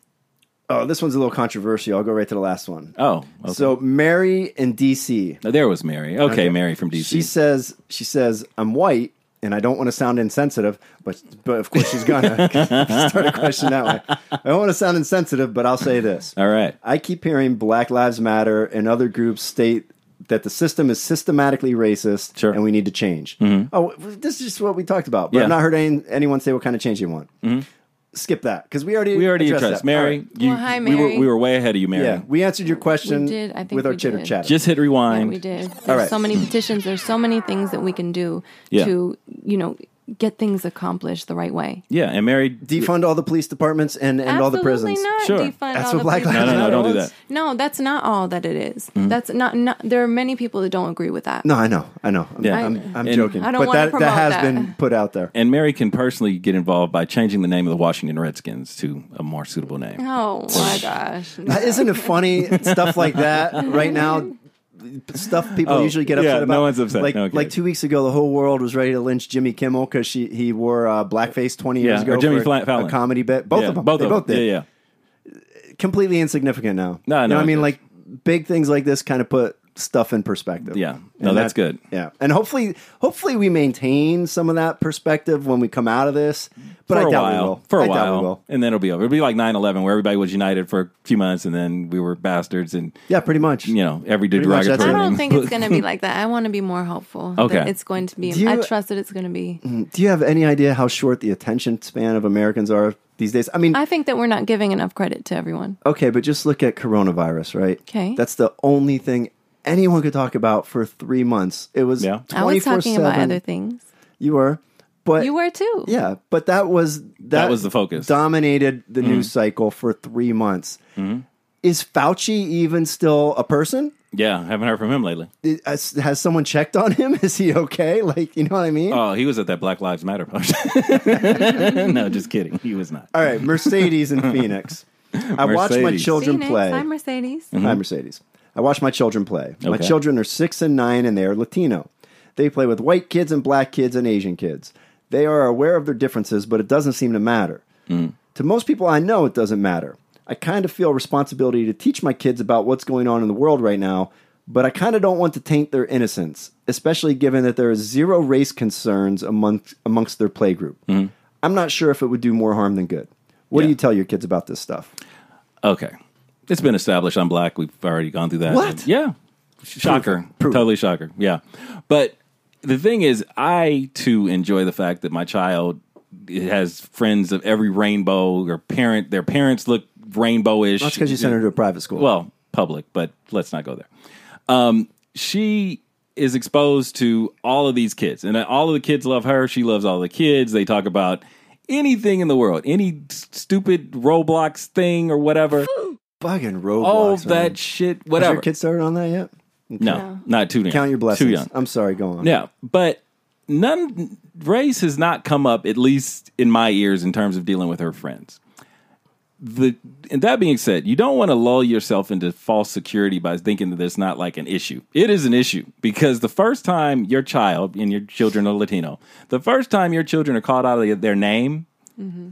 Speaker 2: oh, this one's a little controversial. I'll go right to the last one.
Speaker 1: Oh, okay.
Speaker 2: So, Mary in D.C.
Speaker 1: Now, there was Mary. Okay,
Speaker 2: Okay.
Speaker 1: Mary from DC.
Speaker 2: She says, "She says I'm white, and I don't want to sound insensitive, but but of course she's gonna start a question that way. I don't want to sound insensitive, but I'll say this:
Speaker 1: All right.
Speaker 2: I keep hearing Black Lives Matter and other groups state." That the system is systematically racist,
Speaker 1: Sure. Mm-hmm.
Speaker 2: and we need to change. Oh, this is just what we talked about. But
Speaker 1: Yeah. Mm-hmm.
Speaker 2: I've not heard any, anyone say what kind of change they want. skip that because we already
Speaker 1: We already addressed,
Speaker 2: that.
Speaker 1: Mary.
Speaker 2: All right.
Speaker 1: you-
Speaker 3: Well, hi,
Speaker 1: We were,
Speaker 3: Mary.
Speaker 1: we were way ahead of you, Mary.
Speaker 2: Yeah, we answered your question
Speaker 3: We did. I think
Speaker 2: with our
Speaker 3: we
Speaker 2: chitter
Speaker 3: did.
Speaker 2: chatter.
Speaker 1: Just hit
Speaker 3: Yeah,
Speaker 1: rewind.
Speaker 3: we did. There's
Speaker 2: right.
Speaker 3: so many petitions. There's so many things that we can do
Speaker 1: Yeah.
Speaker 3: to, you know, get things accomplished the right way.
Speaker 1: yeah, and Mary.
Speaker 2: defund all the police departments and and all the
Speaker 3: Absolutely
Speaker 2: prisons.
Speaker 3: Not
Speaker 1: Sure.
Speaker 3: defund
Speaker 2: That's
Speaker 3: all
Speaker 2: what
Speaker 3: the
Speaker 2: Black Mm-hmm.
Speaker 3: police
Speaker 1: no, no, no, don't do
Speaker 2: was.
Speaker 1: that.
Speaker 3: No, that's not all that it is. That's not, not. There are many people that don't agree with that.
Speaker 2: No, I know, I know. I'm,
Speaker 1: Yeah.
Speaker 2: I'm, I'm
Speaker 1: And-
Speaker 2: joking,
Speaker 3: I don't
Speaker 2: but
Speaker 3: wanna
Speaker 2: that that
Speaker 3: promote
Speaker 2: has
Speaker 3: that.
Speaker 2: been put out there.
Speaker 1: And Mary can personally get involved by changing the name of the Washington Redskins to a more suitable name.
Speaker 2: Uh-huh.
Speaker 3: Oh my gosh.
Speaker 2: That Isn't it funny stuff like that right now? Stuff people
Speaker 1: Oh,
Speaker 2: usually get
Speaker 1: yeah,
Speaker 2: upset about.
Speaker 1: no one's upset.
Speaker 2: Like,
Speaker 1: Okay.
Speaker 2: like two weeks ago, the whole world was ready to lynch Jimmy Kimmel because she he wore uh, blackface twenty years
Speaker 1: Yeah,
Speaker 2: ago.
Speaker 1: or Jimmy
Speaker 2: for
Speaker 1: Fla-
Speaker 2: a
Speaker 1: Fallon.
Speaker 2: comedy bit. Both
Speaker 1: yeah,
Speaker 2: of them.
Speaker 1: Both
Speaker 2: they
Speaker 1: of
Speaker 2: both
Speaker 1: them.
Speaker 2: did.
Speaker 1: Yeah, yeah.
Speaker 2: Completely insignificant now.
Speaker 1: No, no,
Speaker 2: You know what I
Speaker 1: I
Speaker 2: mean,
Speaker 1: guess.
Speaker 2: like big things like this kind of put stuff in perspective.
Speaker 1: Yeah. No,
Speaker 2: And
Speaker 1: that's
Speaker 2: that-
Speaker 1: good.
Speaker 2: Yeah, and hopefully, hopefully we maintain some of that perspective when we come out of this. But
Speaker 1: for
Speaker 2: I
Speaker 1: a
Speaker 2: doubt
Speaker 1: while.
Speaker 2: we will.
Speaker 1: For a
Speaker 2: I
Speaker 1: while.
Speaker 2: doubt we will.
Speaker 1: And then it'll be over. It'll be like 9 11, where everybody was united for a few months and then we were bastards and,
Speaker 2: Yeah, pretty much.
Speaker 1: you know, every
Speaker 2: Pretty much
Speaker 1: derogatory
Speaker 2: that's
Speaker 3: I
Speaker 2: it.
Speaker 1: name.
Speaker 3: don't think it's going to be like that. I want to be more hopeful. that
Speaker 1: Okay.
Speaker 3: it's going to be.
Speaker 2: Do
Speaker 3: I
Speaker 2: you- Mm-hmm.
Speaker 3: trust that it's going to be.
Speaker 2: Do you have any idea how short the attention span of Americans are these days? I mean,
Speaker 3: I think that we're not giving enough credit to everyone.
Speaker 2: okay, but just look at coronavirus, right?
Speaker 3: 'Kay.
Speaker 2: That's the only thing anyone could talk about for three months. It was
Speaker 1: Yeah.
Speaker 3: I was talking about
Speaker 2: 24/7.
Speaker 3: other things.
Speaker 2: You were, but
Speaker 3: You were too.
Speaker 2: yeah, but that was that,
Speaker 1: was the focus. Mm-hmm.
Speaker 2: Dominated the news cycle for three months. Is Fauci even still a person?
Speaker 1: yeah, haven't heard from him lately.
Speaker 2: Is- Has has someone checked on him? Is he okay? Like, you know what I mean?
Speaker 1: Oh, he was at that Black Lives Matter post. no, just kidding. He was not.
Speaker 2: All right, Mercedes and Phoenix. I watched my
Speaker 1: Mercedes.
Speaker 2: children
Speaker 3: Phoenix,
Speaker 2: play.
Speaker 3: I'm Mercedes.
Speaker 2: Hi, Mercedes. I watch my children play. My
Speaker 1: Mm-hmm. Okay.
Speaker 2: children are six and nine, and they are Latino. They play with white kids and black kids and Asian kids. They are aware of their differences, but it doesn't seem to matter.
Speaker 1: Mm.
Speaker 2: To most people I know, it doesn't matter. I kind of feel responsibility to teach my kids about what's going on in the world right now, but I kind of don't want to taint their innocence, especially given that there is zero race concerns amongst, amongst their playgroup. I'm not sure if it would do more harm than good. What
Speaker 1: Mm-hmm.
Speaker 2: do
Speaker 1: Yeah.
Speaker 2: you tell your kids about this stuff?
Speaker 1: Okay. It's been established I'm black. We've already gone through that.
Speaker 2: What?
Speaker 1: Yeah. Shocker.
Speaker 2: Prove it.
Speaker 1: Totally shocker. Yeah. But the thing is, I too enjoy the fact that my child has friends of every rainbow or parent, their parents look rainbowish.
Speaker 2: That's because you sent her to a private school.
Speaker 1: well, public, but let's not go there. Um, she is exposed to all of these kids, and all of the kids love her. She loves all the kids. They talk about anything in the world, any s- stupid Roblox thing or whatever.
Speaker 2: Fucking Roblox.
Speaker 1: all
Speaker 2: man.
Speaker 1: Oh, that shit, whatever.
Speaker 2: Has your kid started on that yet?
Speaker 1: no, not too young.
Speaker 2: Count your blessings.
Speaker 1: Too young.
Speaker 2: I'm sorry, go on.
Speaker 1: Yeah, but none race has not come up at least in my ears in terms of dealing with her friends. The and that being said, you don't want to lull yourself into false security by thinking that it's not like an issue. It is an issue because the first time your child and your children are Latino, the first time your children are called out of their name
Speaker 3: Mm-hmm.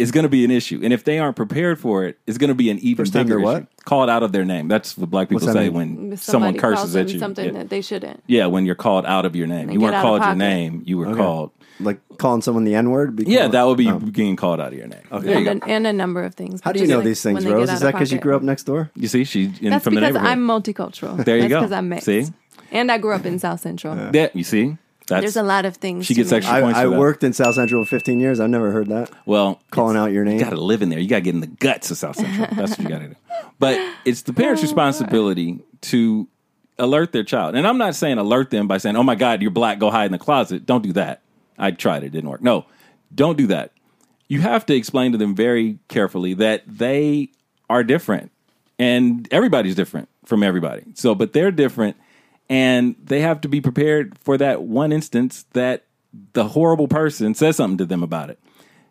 Speaker 1: is going to be an issue, and if they aren't prepared for it, it's going to be an even
Speaker 2: First time
Speaker 1: bigger
Speaker 2: they're what?
Speaker 1: issue. Called out of their name. That's what black people
Speaker 2: that
Speaker 1: say
Speaker 2: mean?
Speaker 1: when someone
Speaker 3: Somebody
Speaker 1: curses
Speaker 3: calls them
Speaker 1: at you.
Speaker 3: something
Speaker 1: Yeah.
Speaker 3: that they shouldn't.
Speaker 1: Yeah, when you're called out of your name. You
Speaker 3: get
Speaker 1: weren't
Speaker 3: out of
Speaker 1: called your
Speaker 3: pocket.
Speaker 1: name. You were called.
Speaker 2: Like calling someone the N word?
Speaker 1: Yeah, that would be
Speaker 2: um,
Speaker 1: getting called out of your name. There you
Speaker 3: And
Speaker 1: go.
Speaker 3: a, and a number of things.
Speaker 2: Oh. How do you know these things, Rose? Is that because you grew up next door?
Speaker 1: You see, she's in
Speaker 3: That's
Speaker 1: from the
Speaker 3: because
Speaker 1: neighborhood.
Speaker 3: I'm multicultural.
Speaker 1: There you
Speaker 3: That's
Speaker 1: go.
Speaker 3: Because I'm mixed.
Speaker 1: See?
Speaker 3: And I grew up in South Central.
Speaker 1: That- you see, that's
Speaker 3: There's a lot of things.
Speaker 1: She
Speaker 3: to
Speaker 1: gets
Speaker 3: me.
Speaker 1: extra-
Speaker 2: I,
Speaker 1: points
Speaker 2: I
Speaker 1: for that.
Speaker 2: worked in South Central for 15 years. I've never heard that.
Speaker 1: well
Speaker 2: Calling out your name.
Speaker 1: You got to live in there. You got to get in the guts of South Central. That's what you got to do. But it's the parents' responsibility to alert their child. And I'm not saying alert them by saying, "Oh my God, you're black. Go hide in the closet." Don't do that. I tried it; it didn't work. No, don't do that. You have to explain to them very carefully that they are different, and everybody's different from everybody. So, but they're different, and they have to be prepared for that one instance that the horrible person says something to them about it.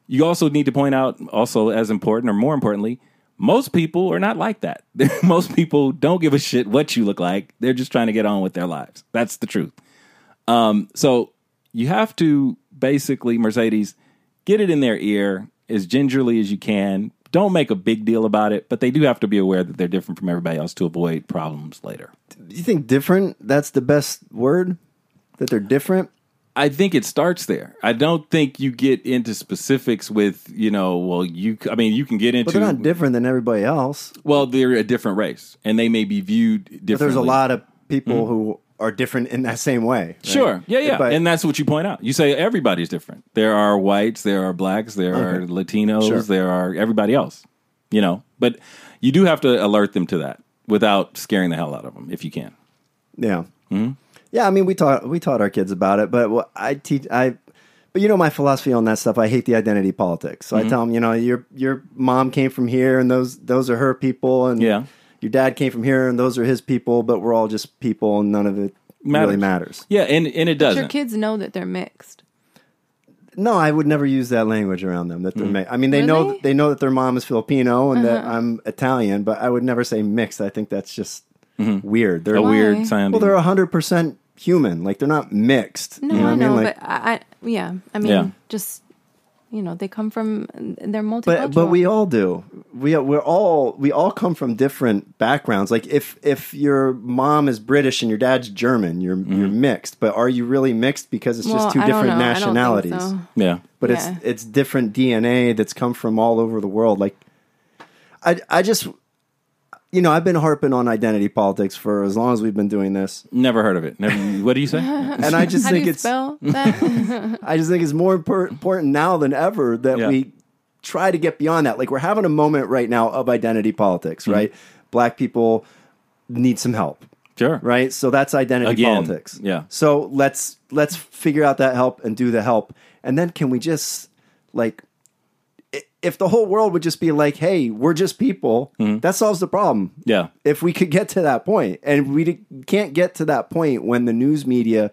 Speaker 1: You also need to point out, also as important or more importantly, most people are not like that. most people don't give a shit what you look like. They're just trying to get on with their lives. That's the truth. Um, so you have to basically, Mercedes, get it in their ear as gingerly as you can. Don't make a big deal about it, but they do have to be aware that they're different from everybody else to avoid problems later.
Speaker 2: You think different? That's the best word? That they're different?
Speaker 1: I think it starts there. I don't think you get into specifics with, you know, well, you, I mean, you can get into.
Speaker 2: But they're not different than everybody else.
Speaker 1: Well, they're a different race, and they may be viewed differently. Mm-hmm.
Speaker 2: But there's a lot of people who are different in that same way. right?
Speaker 1: Sure. Yeah, yeah.
Speaker 2: But-
Speaker 1: and that's what you point out. You say everybody's different. There are whites, there are blacks, there are Latinos,
Speaker 2: Sure.
Speaker 1: there are everybody else. You know, but you do have to alert them to that without scaring the hell out of them if you can.
Speaker 2: Yeah.
Speaker 1: Hmm?
Speaker 2: Yeah, I mean, we taught we taught our kids about it, but what I teach I, but you know my philosophy on that stuff. I hate the identity politics. So
Speaker 1: Hmm?
Speaker 2: I tell them, you know, your your mom came from here, and those those are her people, and
Speaker 1: Yeah.
Speaker 2: your dad came from here, and those are his people. But we're all just people, and none of it
Speaker 1: Matters.
Speaker 2: really matters.
Speaker 1: Yeah, and, and it
Speaker 3: Your
Speaker 1: doesn't.
Speaker 3: kids know that they're mixed.
Speaker 2: No, I would never use that language around them. That
Speaker 1: Hmm.
Speaker 2: they're mi- I mean, they know
Speaker 3: Really?
Speaker 2: they know that their mom is Filipino and that I'm Italian, but I would never say mixed. I think that's just weird. They're
Speaker 1: Mm-hmm. a
Speaker 3: Why?
Speaker 1: weird sound.
Speaker 2: well, they're hundred percent human. Like they're not mixed.
Speaker 3: No,
Speaker 2: you know what
Speaker 3: I
Speaker 2: I
Speaker 3: know,
Speaker 2: mean? Like,
Speaker 3: but I, I yeah, I mean,
Speaker 1: Yeah.
Speaker 3: just you know, they come from they're multicultural.
Speaker 2: but but we all do. We we're all we all come from different backgrounds. Like if if your mom is British and your dad's German, you're you're mixed. But are you really mixed because it's
Speaker 3: Well,
Speaker 2: just two
Speaker 3: I don't
Speaker 2: different
Speaker 3: know. I don't think
Speaker 2: nationalities?
Speaker 3: so.
Speaker 1: yeah.
Speaker 2: But
Speaker 3: Yeah.
Speaker 2: it's it's different DNA that's come from all over the world. Like I I just you know, I've been harping on identity politics for as long as we've been doing this.
Speaker 1: Never heard of it. Never, what do you say?
Speaker 2: And I just
Speaker 3: How do
Speaker 2: think
Speaker 3: you
Speaker 2: it's
Speaker 3: spell that?
Speaker 2: I just think it's more impor- important now than ever that
Speaker 1: Yeah.
Speaker 2: we try to get beyond that. Like we're having a moment right now of identity politics, right? Black people need some help,
Speaker 1: Sure.
Speaker 2: right? So that's identity
Speaker 1: Again,
Speaker 2: politics.
Speaker 1: yeah.
Speaker 2: So let's let's figure out that help and do the help, and then can we just like i- if the whole world would just be like, "Hey, we're just people," that solves the problem
Speaker 1: Mm-hmm. Yeah.
Speaker 2: if we could get to that point and we di- can't get to that point when the news media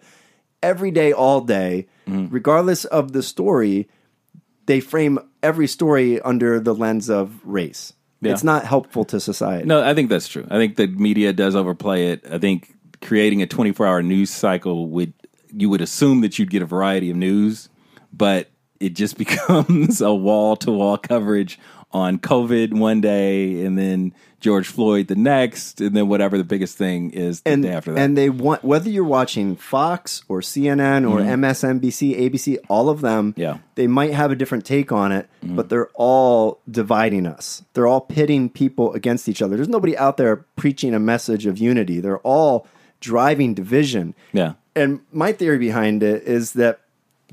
Speaker 2: every day all day
Speaker 1: Mm-hmm.
Speaker 2: regardless of the story they frame every story under the lens of race
Speaker 1: Yeah.
Speaker 2: it's not helpful to society
Speaker 1: No, I think that's true. I think the media does overplay it. I think creating a 24-hour news cycle would you would assume that you'd get a variety of news, but it just becomes a wall-to-wall coverage on COVID one day and then George Floyd the next and then whatever the biggest thing is the
Speaker 2: and,
Speaker 1: day after that.
Speaker 2: and they want whether you're watching Fox or CNN or MSNBC, ABC, all of them.
Speaker 1: Mm-hmm. Yeah. Mm-hmm.
Speaker 2: they might have a different take on it, but they're all dividing us. They're all pitting people against each other. There's nobody out there preaching a message of unity. They're all driving division.
Speaker 1: yeah.
Speaker 2: And my theory behind it is that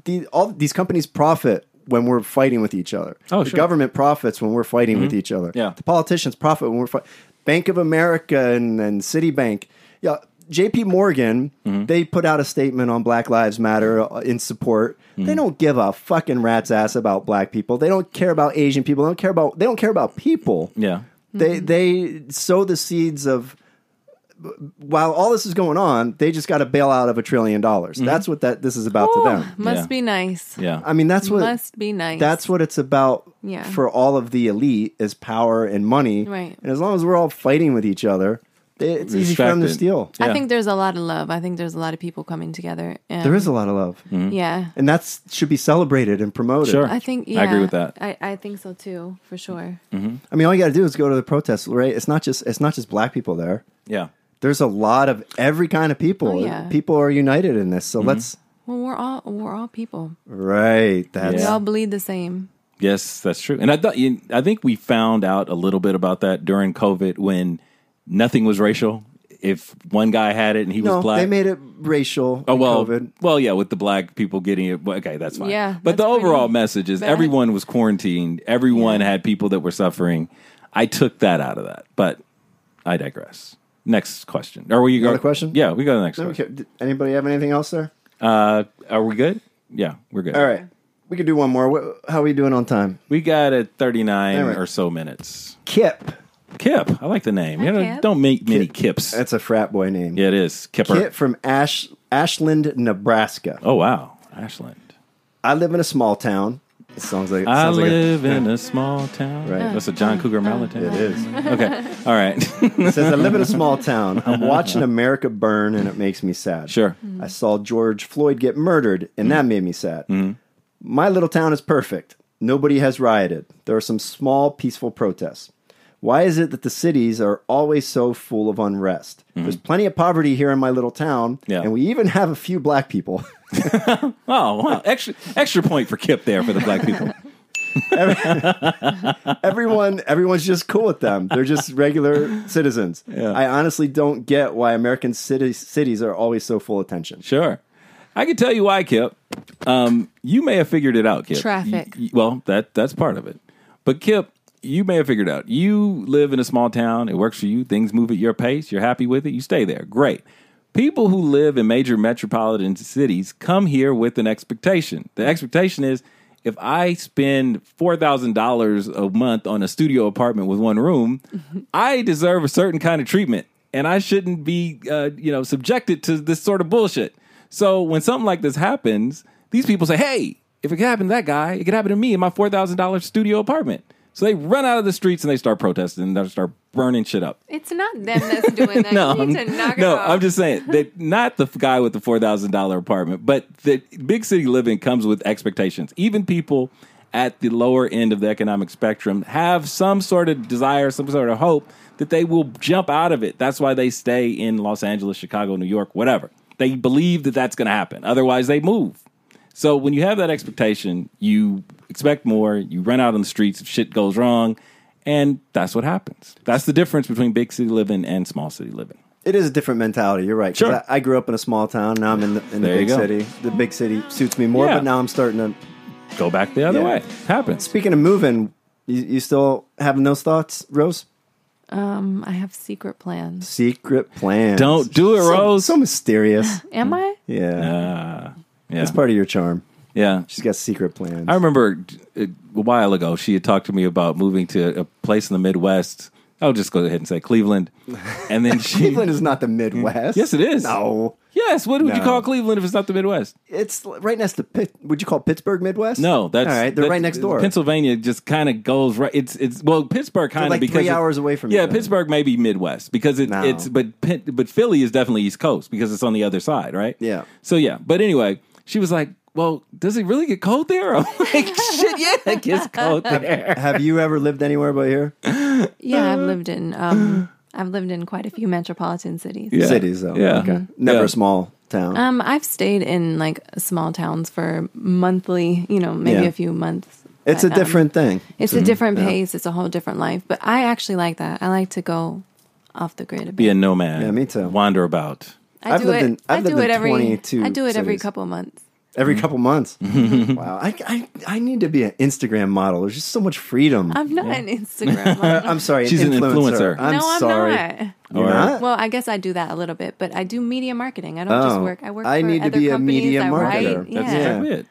Speaker 2: the, all these companies profit when we're fighting with each other.
Speaker 1: Oh,
Speaker 2: the
Speaker 1: sure. Mm-hmm.
Speaker 2: government profits when we're fighting with each other.
Speaker 1: Yeah.
Speaker 2: The politicians profit when we're fighting. Bank of America and, and Citibank. Yeah. JP Morgan, they put out a statement on Black Lives Matter uh, in support. They don't give a fucking rat's ass about black people. They don't care about Asian people. They don't care about they don't care about people.
Speaker 1: Yeah.
Speaker 2: They they sow the seeds of while all this is going on, they just got to bail out of a trillion dollars. That's what that this is about to them.
Speaker 3: must
Speaker 1: Yeah.
Speaker 3: be nice.
Speaker 1: Yeah.
Speaker 2: I mean, that's what
Speaker 3: must be nice.
Speaker 2: that's what it's about
Speaker 3: Yeah.
Speaker 2: for all of the elite is power and money.
Speaker 3: Right.
Speaker 2: And as long as we're all fighting with each other, they, it's easy for them to
Speaker 1: Respected.
Speaker 2: steal.
Speaker 1: Yeah.
Speaker 3: I think there's a lot of love. I think there's a lot of people coming together. And
Speaker 2: There is a lot of love,
Speaker 3: yeah.
Speaker 2: and that should be celebrated and promoted.
Speaker 1: Hmm. Sure.
Speaker 3: I think yeah,
Speaker 1: I agree with that.
Speaker 3: I, I think so too, for sure.
Speaker 2: I mean, all you got to do is go to the protests, right? It's not just it's not just black people there.
Speaker 1: Yeah.
Speaker 2: There's a lot of every kind of people.
Speaker 3: Oh, yeah.
Speaker 2: People are united in this. So
Speaker 1: Mm-hmm.
Speaker 2: let's
Speaker 3: Well, we're all we're all people.
Speaker 2: right. That's
Speaker 3: We
Speaker 1: Yeah.
Speaker 3: all bleed the same.
Speaker 1: Yes, that's true. And I thought you- I think we found out a little bit about that during COVID when nothing was racial. If one guy had it and he
Speaker 2: no.
Speaker 1: was black,
Speaker 2: They made it racial.
Speaker 1: Oh well,
Speaker 2: COVID.
Speaker 1: well, yeah, with the black people getting it. well, Okay, that's fine.
Speaker 3: Yeah,
Speaker 1: but the
Speaker 3: that's pretty
Speaker 1: overall message is
Speaker 3: bad.
Speaker 1: everyone was quarantined. Everyone had people that were suffering. I took that out of that, but I digress. Next question. Are we
Speaker 2: got
Speaker 1: going
Speaker 2: a question?
Speaker 1: Yeah, we go to the next question.
Speaker 2: Okay. Did Anybody have anything else there?
Speaker 1: Uh, are we good? Yeah, we're good.
Speaker 2: All right. We could do one more. Wh- How are we doing on time?
Speaker 1: we got a thirty-nine
Speaker 2: All right.
Speaker 1: or so minutes.
Speaker 2: Kip.
Speaker 1: Kip, I like the name. you know,
Speaker 3: Kip.
Speaker 1: don't make many kips.
Speaker 2: That's a frat boy name.
Speaker 1: yeah, it is Kipper.
Speaker 2: Kip from Ash Ashland, Nebraska.
Speaker 1: Oh wow, Ashland.
Speaker 2: I live in a small town. It sounds like it
Speaker 1: I
Speaker 2: sounds
Speaker 1: live in a small town.
Speaker 2: Right.
Speaker 1: That's a
Speaker 3: Oh,
Speaker 1: John Cougar Melleton.
Speaker 2: Like a, it is.
Speaker 1: Okay. All right.
Speaker 2: It says I live in a small town. I'm watching America burn, and it makes me sad.
Speaker 1: Sure. Mm.
Speaker 2: I saw George Floyd get murdered, and that made me sad.
Speaker 1: Mm-hmm.
Speaker 2: My little town is perfect. Nobody has rioted. There are some small, peaceful protests. Why is it that the cities are always so full of unrest? There's plenty of poverty here in my little town,
Speaker 1: Mm-hmm. Yeah.
Speaker 2: and we even have a few black people.
Speaker 1: Oh wow! Extra extra point for Kip there for the black people.
Speaker 2: everyone everyone's just cool with them. They're just regular citizens. I honestly don't get why American cities cities are always so full of tension.
Speaker 1: Sure. I can tell you why, Kip. Um, you may have figured it out, Kip.
Speaker 3: Traffic.
Speaker 1: You- you- well, that that's part of it. But Kip, you may have figured it out. You live in a small town. It works for you. Things move at your pace. You're happy with it. You stay there. Great. People who live in major metropolitan cities come here with an expectation. The expectation is if I spend $4,000 a month on a studio apartment with one room, I deserve a certain kind of treatment and I shouldn't be uh, you know subjected to this sort of bullshit. So when something like this happens, these people say, "Hey, if it could happen to that guy, it could happen to me in my four thousand dollars studio apartment." So they run out of the streets and they start protesting and they start burning shit up.
Speaker 3: It's not them that's doing that.
Speaker 1: No,
Speaker 3: you need
Speaker 1: I'm-
Speaker 3: to knock it
Speaker 1: no,
Speaker 3: off.
Speaker 1: I'm just saying that not the f- guy with the four thousand dollar apartment, but the big city living comes with expectations. Even people at the lower end of the economic spectrum have some sort of desire, some sort of hope that they will jump out of it. That's why they stay in Los Angeles, Chicago, New York, whatever. They believe that that's going to happen. Otherwise, they move. So when you have that expectation, you expect more. You run out on the streets if shit goes wrong. And that's what happens. That's the difference between big city living and small city living.
Speaker 2: It is a different mentality. You're right. 'cause
Speaker 1: Sure.
Speaker 2: I, I grew up in a small town. Now I'm in the, in the
Speaker 1: There you
Speaker 2: big
Speaker 1: go.
Speaker 2: city. The big city suits me more,
Speaker 1: Yeah.
Speaker 2: but now I'm starting to.
Speaker 1: Go back the other
Speaker 2: Yeah.
Speaker 1: way. Happens.
Speaker 2: Speaking of moving, you, you still having those thoughts, Rose?
Speaker 3: I have secret plans.
Speaker 2: Secret plans.
Speaker 1: Don't do it,
Speaker 2: So-
Speaker 1: Rose.
Speaker 2: So mysterious.
Speaker 3: Am I?
Speaker 2: Yeah.
Speaker 1: Yeah.
Speaker 2: It's part of your charm.
Speaker 1: yeah.
Speaker 2: She's got secret plans.
Speaker 1: I remember uh, a while ago, she had talked to me about moving to a place in the Midwest. I'll just go ahead and say Cleveland. And then she.
Speaker 2: Cleveland is not the Midwest.
Speaker 1: Yes, it is.
Speaker 2: No.
Speaker 1: Yes. What would you
Speaker 2: No.
Speaker 1: call Cleveland if it's not the Midwest?
Speaker 2: It's right next to Pitt. Would you call Pittsburgh Midwest?
Speaker 1: No, that's
Speaker 2: all right. They're
Speaker 1: that-
Speaker 2: right next door.
Speaker 1: Pennsylvania just kind of goes right. It's it's well Pittsburgh kind of
Speaker 2: like
Speaker 1: because
Speaker 2: three
Speaker 1: it-
Speaker 2: hours away from
Speaker 1: Yeah,
Speaker 2: you.
Speaker 1: Pittsburgh may be Midwest because it,
Speaker 2: No.
Speaker 1: it's but Pitt- but Philly is definitely East Coast because it's on the other side, right?
Speaker 2: Yeah.
Speaker 1: So yeah, but anyway, she was like, "Well, does it really get cold there?" I'm like, "Shit, yeah, it gets cold there."
Speaker 2: Have you ever lived anywhere but here?
Speaker 3: Yeah, I've lived in um, I've lived in quite a few metropolitan cities.
Speaker 1: Yeah.
Speaker 2: Cities, though.
Speaker 1: Yeah. Mm-hmm.
Speaker 2: Okay. Never
Speaker 1: Yeah.
Speaker 2: a small town.
Speaker 3: Um, I've stayed in like small towns for monthly, you know, maybe
Speaker 2: Yeah.
Speaker 3: a few months.
Speaker 2: it's a
Speaker 3: but, um,
Speaker 2: different thing.
Speaker 3: It's a different pace. It's a whole different life. But I actually like that. I like to go off the grid a bit.
Speaker 1: Be a nomad.
Speaker 2: Yeah, me too.
Speaker 1: Wander about.
Speaker 3: I
Speaker 2: I've
Speaker 3: do
Speaker 2: lived
Speaker 3: it.
Speaker 2: in- I've
Speaker 3: I
Speaker 2: lived
Speaker 3: do
Speaker 2: in
Speaker 3: it every.
Speaker 2: 22
Speaker 3: I do it every
Speaker 2: cities.
Speaker 3: couple months.
Speaker 1: Mm-hmm.
Speaker 2: Every couple months. wow. I, I, I need to be an Instagram model. There's just so much freedom. I'm,
Speaker 3: I'm not an Instagram. model.
Speaker 2: sorry.
Speaker 1: She's an influencer.
Speaker 2: I'm
Speaker 3: no, I'm
Speaker 2: sorry.
Speaker 3: not.
Speaker 2: You're
Speaker 1: All right.
Speaker 2: not?
Speaker 3: Well, I guess I do that a little bit, but I do media marketing. I don't just
Speaker 2: Oh.
Speaker 3: work. I work.
Speaker 2: I
Speaker 3: for
Speaker 2: need to
Speaker 3: other
Speaker 2: be a
Speaker 3: companies.
Speaker 2: media
Speaker 3: I write.
Speaker 2: marketer.
Speaker 3: Yeah.
Speaker 1: That's exactly it.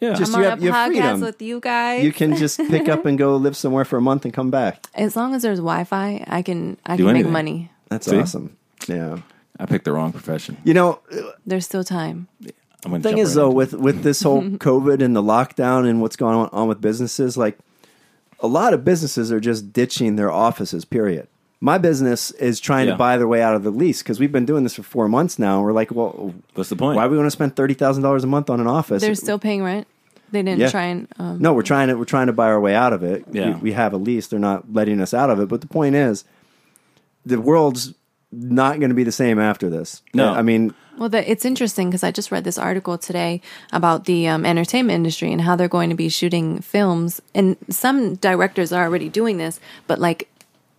Speaker 1: Yeah.
Speaker 2: Just-
Speaker 3: I'm
Speaker 2: You
Speaker 3: on
Speaker 2: have-
Speaker 3: a
Speaker 2: you have
Speaker 3: podcast
Speaker 2: freedom.
Speaker 3: with you guys.
Speaker 2: you can just pick up and go live somewhere for a month and come back.
Speaker 3: as long as there's Wi-Fi, I can. I
Speaker 1: Do
Speaker 3: can
Speaker 1: anything.
Speaker 3: make money.
Speaker 2: That's
Speaker 1: See?
Speaker 2: awesome. Yeah.
Speaker 1: I picked the wrong profession.
Speaker 2: You know,
Speaker 3: There's still time.
Speaker 1: I'm gonna
Speaker 2: thing
Speaker 1: jump
Speaker 2: is
Speaker 1: right
Speaker 2: though
Speaker 1: into it.
Speaker 2: with with this whole covid and the lockdown and what's going on, on with businesses like a lot of businesses are just ditching their offices period my business is trying
Speaker 1: Yeah.
Speaker 2: to buy their way out of the lease because we've been doing this for four months now and we're like well
Speaker 1: What's the point?
Speaker 2: why we want to spend $30000 a month on an office
Speaker 3: They're still paying rent. They didn't
Speaker 2: Yeah.
Speaker 3: try and. Um,
Speaker 2: no we're trying to we're trying to buy our way out of it
Speaker 1: Yeah.
Speaker 2: we, we have a lease they're not letting us out of it but the point is the world's not going to be the same after this
Speaker 1: No.
Speaker 2: i mean
Speaker 3: Well, the, it's interesting because I just read this article today about the um, entertainment industry and how they're going to be shooting films, and some directors are already doing this, but like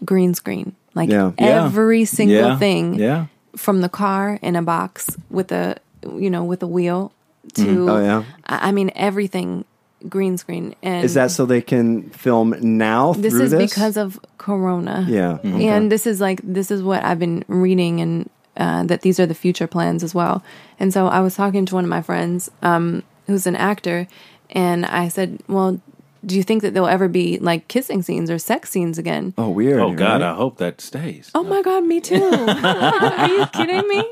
Speaker 3: green screen, like
Speaker 2: Yeah.
Speaker 1: Yeah.
Speaker 3: every single
Speaker 1: Yeah.
Speaker 3: thing,
Speaker 1: Yeah.
Speaker 3: from the car in a box with a you know with a wheel to
Speaker 2: Oh, yeah.
Speaker 3: I, I mean everything green screen and
Speaker 2: is that so they can film now
Speaker 3: this
Speaker 2: through
Speaker 3: is
Speaker 2: this
Speaker 3: because of corona
Speaker 2: yeah
Speaker 1: Mm-hmm.
Speaker 3: and this is like this is what I've been reading and uh, that these are the future plans as well. And so I was talking to one of my friends um, who's an actor, and I said, "Well, do you think that there'll ever be like kissing scenes or sex scenes again?"
Speaker 2: oh weird
Speaker 1: oh God,
Speaker 2: right?
Speaker 1: I hope that stays.
Speaker 3: Oh my God, me too. Are you kidding me?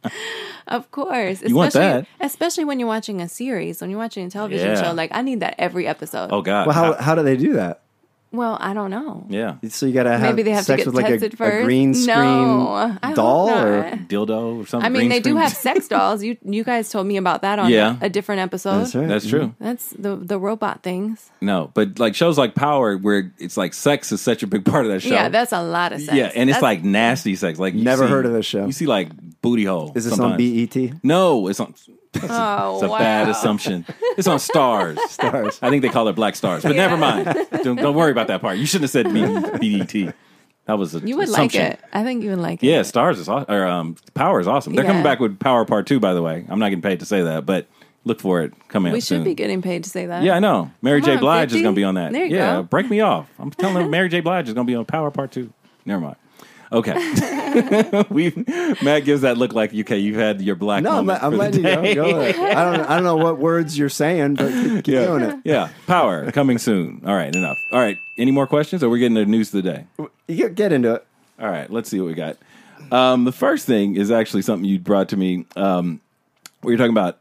Speaker 3: of course.
Speaker 1: You want
Speaker 3: especially,
Speaker 1: that.
Speaker 3: Especially when you're watching a series, when you're watching a television
Speaker 1: Yeah.
Speaker 3: show, like I need that every episode.
Speaker 1: Oh God.
Speaker 2: Well, how, how do they do that?
Speaker 3: Well, I don't know.
Speaker 1: yeah.
Speaker 2: So you gotta have
Speaker 3: Maybe they have to
Speaker 2: sex
Speaker 3: get
Speaker 2: with like
Speaker 3: tested
Speaker 2: a, a
Speaker 3: first?
Speaker 2: green
Speaker 3: No,
Speaker 2: screen
Speaker 3: I hope
Speaker 2: doll,
Speaker 3: not.
Speaker 2: or
Speaker 1: Dildo or something.
Speaker 3: I mean,
Speaker 1: green
Speaker 3: they do
Speaker 1: screen.
Speaker 3: have sex dolls. You you guys told me about that on
Speaker 1: Yeah.
Speaker 3: a different episode.
Speaker 2: That's right.
Speaker 1: That's true.
Speaker 3: That's the the robot things.
Speaker 1: No, but like shows like Power, where it's like sex is such a big part of that show.
Speaker 3: Yeah, that's a lot of sex.
Speaker 1: yeah, and it's
Speaker 3: That's-
Speaker 1: like nasty sex. Like you
Speaker 2: Never
Speaker 1: see-
Speaker 2: heard of this show.
Speaker 1: You see like booty hole.
Speaker 2: is this E
Speaker 1: sometimes.
Speaker 2: on BET?
Speaker 1: No, it's on
Speaker 3: Oh,
Speaker 1: It's a
Speaker 3: wow.
Speaker 1: bad assumption. It's on stars.
Speaker 2: Stars.
Speaker 1: I think they call it black stars, but never
Speaker 3: Yeah.
Speaker 1: mind. Don't, don't worry about that part. You shouldn't have said B- BDT. That was a
Speaker 3: You would
Speaker 1: assumption.
Speaker 3: like it. I think you would like
Speaker 1: Yeah,
Speaker 3: it.
Speaker 1: Stars is aw- or um, Power is awesome. They're
Speaker 3: Yeah.
Speaker 1: coming back with Power Part Two, by the way. I'm not getting paid to say that, but look for it coming
Speaker 3: We
Speaker 1: up
Speaker 3: should
Speaker 1: soon.
Speaker 3: be getting paid to say that.
Speaker 1: yeah, I know. Mary
Speaker 3: Come
Speaker 1: J.
Speaker 3: on,
Speaker 1: Blige is
Speaker 3: 50.
Speaker 1: going to be on that.
Speaker 3: There you
Speaker 1: yeah,
Speaker 3: go.
Speaker 1: break me off. I'm telling them Mary J. Blige is going to be on Power Part Two. Never mind. Okay, we Matt gives that look like okay, you've had your black.
Speaker 2: No, I'm,
Speaker 1: moment
Speaker 2: I'm
Speaker 1: for the
Speaker 2: letting you
Speaker 1: day.
Speaker 2: go. Go ahead. I don't. I don't know what words you're saying, but keep, keep doing it.
Speaker 1: Yeah, Power coming soon. All right, enough. All right, any more questions? Or we're getting the news of the day.
Speaker 2: You get- get into it.
Speaker 1: All right, let's see what we got. Um, the first thing is actually something you brought to me. Um, we were talking about